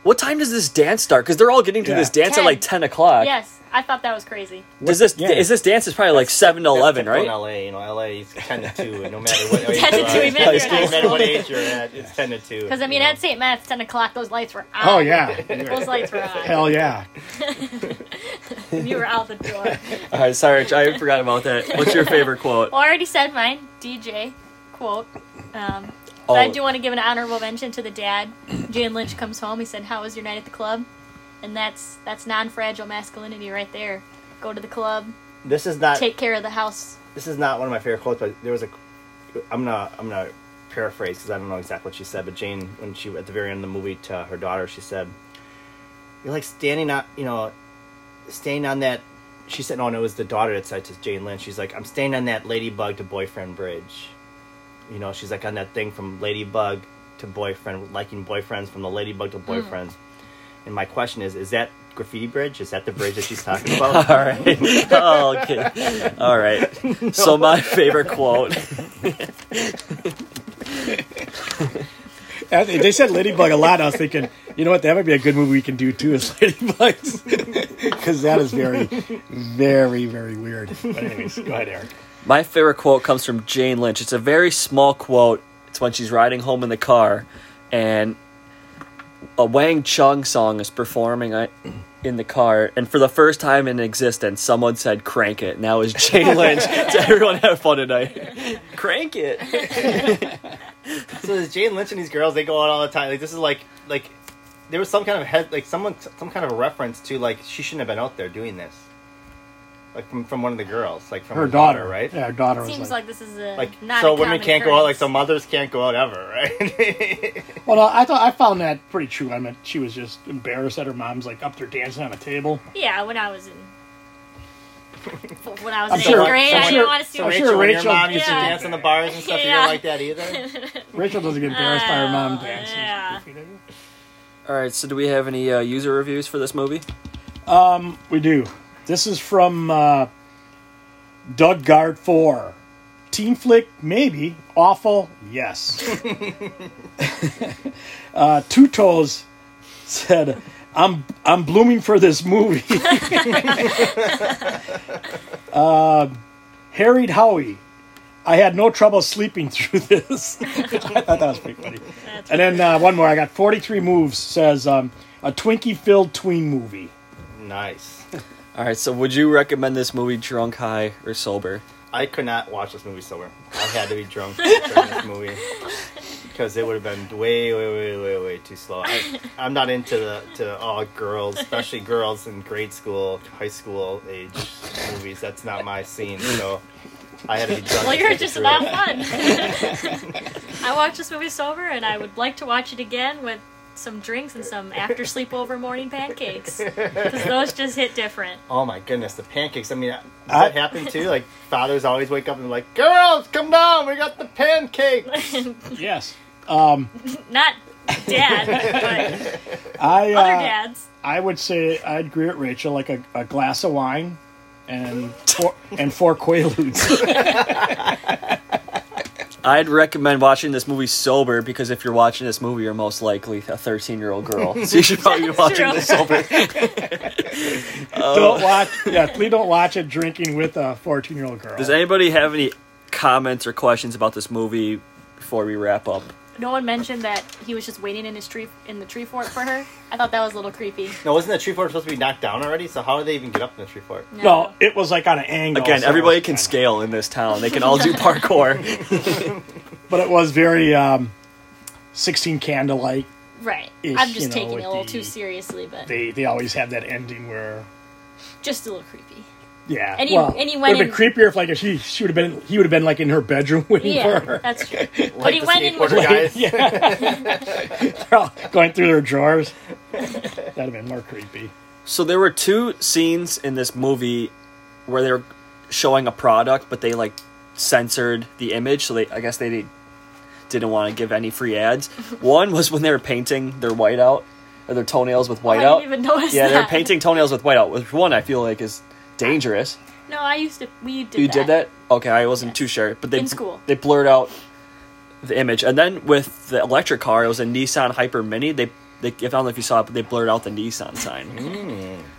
B: What time does this dance start? Because they're all getting to
E: Yeah.
B: this dance at
C: 10.
B: like ten o'clock.
C: Yes, I thought that was crazy.
B: Does this
E: Yeah.
B: is this dance is probably like seven to
D: That's
B: eleven,
D: typical
B: right?
D: In LA, you know, LA is ten to two, and no matter what age
C: 10 to
D: you are,
C: 2, even if you're in high
D: no matter what
C: school.
D: age you're at, it's ten to two.
C: Because, I mean,
D: you know?
C: at St. Matt's, 10 o'clock, those lights were on.
E: Oh, yeah.
C: Those lights were on.
E: Hell yeah.
C: and you were out the door.
B: All right, sorry, I forgot about that. What's your favorite quote?
C: Well, I already said mine. DJ quote. Um,
B: Oh.
C: but I do want to give an honorable mention to the dad. Jan Lynch comes home. He said, "How was your night at the club?" And that's that's non-fragile masculinity right there. Go to the club,
D: this is not
C: take care of the house.
D: this is not one of my favorite quotes, but there was a. I'm gonna I'm gonna paraphrase because I don't know exactly what she said, but Jane, when she at the very end of the movie to her daughter, she said, "You're like standing on, you know, standing on that." She said, "No, no, it was the daughter that said to Jane Lynn. She's like, I'm standing on that ladybug to boyfriend bridge. You know, she's like on that thing from ladybug to boyfriend, liking boyfriends from the ladybug to boyfriends. And my question is, is that graffiti bridge? Is that the bridge that she's talking about?
B: All right. Oh, okay. All right. So my favorite quote.
E: I think- They said Ladybug a lot. I was thinking, you know what? That might be a good movie we can do too is Ladybugs. Because that is very, very, very weird. But anyways, go ahead, Eric.
B: My favorite quote comes from Jane Lynch. It's a very small quote. It's when she's riding home in the car, and a Wang Chung song is performing uh, in the car. And for the first time in existence, someone said "crank it," and that was Jane Lynch. so everyone have fun tonight. crank it.
D: So is Jane Lynch and these girls they go out all the time. Like this is like like there was some kind of head like someone some kind of a reference to like she shouldn't have been out there doing this. Like from from one of the girls, like from
E: Her daughter,
D: right?
E: Yeah, her daughter was
C: Seems
E: like,
C: like this is a
D: Like
C: not
D: so
C: a
D: women
C: common
D: can't go out, like
C: occurrence.
D: so mothers can't go out ever, right?
E: Well, no, I thought I found that pretty true. I mean, she was just embarrassed that her mom's like up there dancing on a table.
C: Yeah, when I was in when I was
E: I'm
C: in
E: sure-
C: eighth grade,
E: I'm
C: I
E: sure-
C: didn't want to see.
E: I'm
C: what-
E: sure
D: Rachel, when
E: Rachel-
D: your mom used
C: Yeah.
D: to dance in the bars and stuff. You
C: Yeah.
D: don't like that either.
E: Rachel doesn't get embarrassed by her mom
C: Oh,
E: dancing.
C: yeah.
B: All right. So do we have any uh, user reviews for this movie?
E: We do. This is from uh, Doug Guard 4. Teen flick, maybe. Awful, yes. uh, Two Toes said, I'm, I'm blooming for this movie. uh, Uh, Harried Howie, I had no trouble sleeping through this. I thought that was pretty funny.
C: That's
E: And then uh, one more. I got 43 Moves says, um, a Twinkie filled tween movie.
D: nice.
B: All right. So would you recommend this movie drunk, high, or sober?
D: I could not watch this movie sober. I had to be drunk during this movie because it would have been way, way, way, way, way it too slow. I, I'm not into the to all girls, especially girls in grade school, high school age movies. That's not my scene. So I had to be drunk.
C: Well,
D: to
C: you're
D: sit
C: just
D: through
C: not
D: it.
C: fun. I watched this movie sober, and I would like to watch it again with some drinks and some after sleepover morning pancakes because those just hit different.
D: Oh my goodness, the pancakes. I mean, does
E: I-
D: that happen too? Like fathers always wake up and like, girls, come down, we got the pancake.
E: Yes.
C: Not dad, but
E: I uh,
C: other dads.
E: I would say I'd agree with Rachel, like a, a glass of wine and four, and four Quaaludes.
B: I'd recommend watching this movie sober because if you're watching this movie, you're most likely a 13 year old girl. So you should probably be watching
C: True.
B: this sober. Oh.
E: don't watch, yeah, please don't watch it drinking with a fourteen-year-old girl.
B: Does anybody have any comments or questions about this movie before we wrap up?
C: No one mentioned that he was just waiting in his tree in the tree fort for her. I thought that was a little creepy.
D: No, wasn't the tree fort supposed to be knocked down already? So how did they even get up in the tree fort?
E: no, it was like on an angle.
B: Again,
E: so it
B: everybody
E: was
B: can
E: kinda-
B: scale in this town. They can all do parkour.
E: but it was very um, sixteen candlelight.
C: right.
E: Ish,
C: I'm
E: you
C: just
E: know,
C: taking
E: with
C: it a little
E: the-
C: too seriously, but
E: They they always have that ending where.
C: just a little creepy.
E: Yeah,
C: And he-
E: well,
C: and he went
E: It would be creepier if, like, if she she would have been, he would have been like in her bedroom waiting
C: Yeah,
E: for her.
C: that's true.
D: Like
C: he
D: the
C: went in with-
D: skateboarder guys.
E: They're all going through their drawers. That'd have been more creepy.
B: So there were two scenes in this movie where they were showing a product, but they like censored the image. So they, I guess they didn't want to give any free ads. One was when they were painting their whiteout or their toenails with
C: Oh, I
B: whiteout.
C: didn't even notice
B: Yeah,
C: that.
B: they're painting toenails with whiteout, which one I feel like is dangerous.
C: No, I used to. We did.
B: you
C: that.
B: did that? Okay, I wasn't too sure, but they
C: In school.
B: they blurred out the image, and then with the electric car, it was a Nissan Hyper Mini. They, they I don't know if you saw it, but they blurred out the Nissan sign.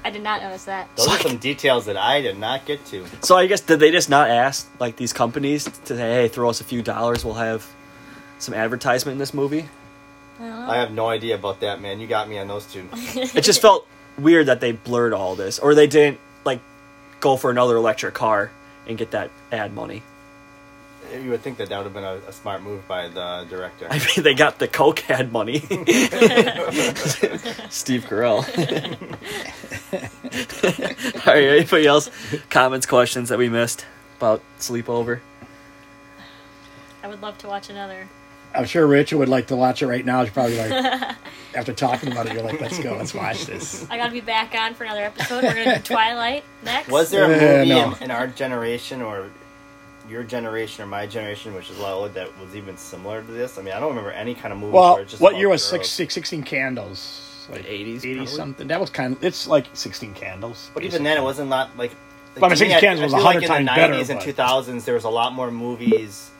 C: I did not notice that.
D: Those are some details that I did not get to.
B: so I guess did they just not ask like these companies to say, hey, throw us a few dollars, we'll have some advertisement in this movie?
D: I have no idea about that, man. You got me on those two.
B: It just felt weird that they blurred all this, or they didn't like go for another electric car and get that ad money.
D: You would think that that would have been a, a smart move by the director.
B: I mean, they got the Coke ad money. Steve Carell. All right, anybody else? Comments, questions that we missed about sleepover?
C: I would love to watch another.
E: I'm sure Rachel would like to watch it right now. She's probably like, after talking about it, you're like, let's go, let's watch this.
C: I gotta be back on for another episode. We're gonna do Twilight next.
D: Was there a
E: Yeah,
D: movie
E: no.
D: in, in our generation or your generation or my generation, which is a lot older, that was even similar to this? I mean, I don't remember any kind of movie.
E: Well,
D: where it's just
E: what
D: about
E: year was
D: girls.
E: six, six, 16 Candles? Like
B: 80s,
E: 80
B: probably.
E: something. That was kind of, it's like 16 Candles.
D: But even then, it wasn't not like. like
E: Well, I mean,
D: to me,
E: Six Candles was
D: feel
E: 100
D: like in
E: times
D: the
E: better,
D: and
E: but-
D: two thousands. There was a lot more movies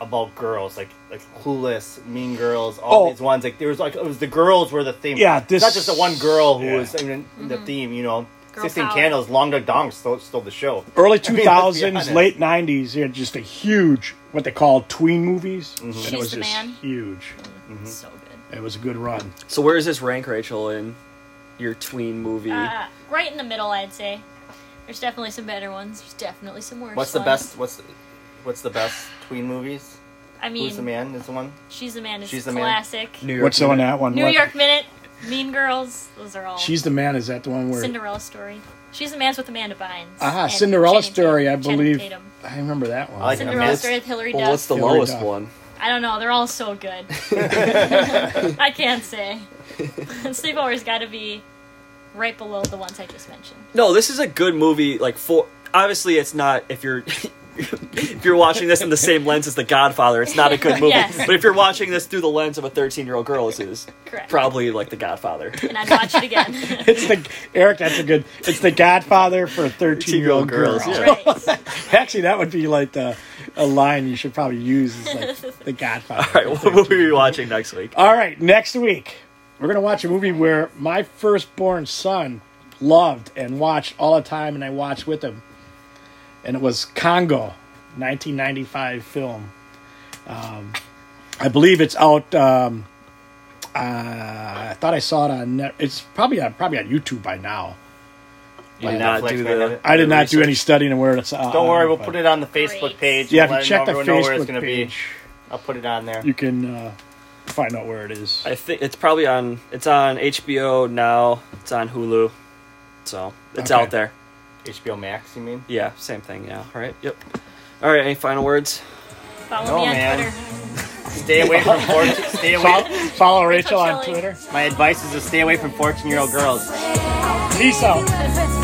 D: about girls, like like Clueless, Mean Girls, all
E: Oh.
D: these ones. Like there was like it was the girls were the theme.
E: Yeah,
D: It's not
E: this-
D: just the one girl who
E: yeah.
D: was in the theme. You know,
C: Mm-hmm. Girl
D: Sixteen
C: power.
D: Candles, Long Dug Dong stole, stole the show.
E: Early
D: I mean, let's be
E: 2000s,
D: honest.
E: late 90s, you had just a huge, what they call tween movies.
D: Mm-hmm.
E: And
C: She's
E: it was
C: the
E: just
C: Man.
E: huge.
C: so good?
E: It was a good run.
B: So where does this rank, Rachel, in your tween movie?
D: Mm-hmm.
C: Uh, right in the middle, I'd say. There's definitely some better ones. There's definitely some worse.
D: What's the
C: ones.
D: best? What's what's the best tween movies?
C: I mean,
D: Who's the man? Is the one?
C: she's the man. Is
D: She's the Man.
C: classic.
B: New
E: What's the one that one?
C: New
E: What-
C: York Minute, Mean Girls. Those are all.
E: She's the Man, is that the one where.
C: Cinderella story. She's the man's with Amanda Bynes.
E: Ah,
C: and
E: Cinderella
C: Channing
E: Story, I
C: Tatum- Channing
E: believe.
C: Tatum.
E: I remember that one.
D: I like
C: Cinderella
D: Amanda-
C: story with Hillary
B: Well, what's
C: Duff.
B: the
E: Hillary
B: lowest
E: Duff.
B: one?
C: I don't know. They're all so good. I can't say. Sleepover's got to be right below the ones I just mentioned.
B: No, this is a good movie. Like for obviously, it's not if you're. if you're watching this in the same lens as The Godfather, it's not a good movie.
C: Yes.
B: But if you're watching this through the lens of a 13 year old girl, this is
C: Correct.
B: probably like The Godfather.
C: And I'd watch it again.
E: It's the Eric. That's a good. It's the Godfather for
B: 13-year-old
E: thirteen-year-old
B: girls,
E: girls.
B: yeah.
C: right.
E: Actually, that would be like the a line you should probably use. Is like the Godfather.
B: All right, what will we be watching next week?
E: All right, next week we're gonna watch a movie where my firstborn son loved and watched all the time, and I watched with him, and it was Congo, 1995 film. Um, I believe it's out. Um, uh, I thought I saw it on. Net, it's probably on, probably on YouTube by now.
B: You did not
D: Netflix
B: do
D: may have
B: the.
D: it.
E: I did not do
B: research.
E: any studying and where it's. Uh,
D: Don't worry, we'll
E: but-
D: put it on the Facebook
C: Great.
D: page.
E: Yeah,
D: We'll
E: if you check
D: let
E: the
D: everyone know where it's
E: Facebook
D: gonna
E: page,
D: Be. I'll put it on there.
E: you can uh, find out where it is.
B: I think it's probably on. It's on HBO now. It's on Hulu, so it's
E: Okay.
B: out there.
D: HBO Max, you mean?
B: Yeah, same thing. Yeah, right. Yep. All right. Any final words?
C: Follow
D: No,
C: me on
D: man.
C: Twitter.
D: Stay away from fortune. Stay
E: Follow,
D: away.
E: follow Rachel on
C: Shelley.
E: Twitter.
D: My advice is to stay away from fourteen-year-old girls.
E: Peace out.
F: Let's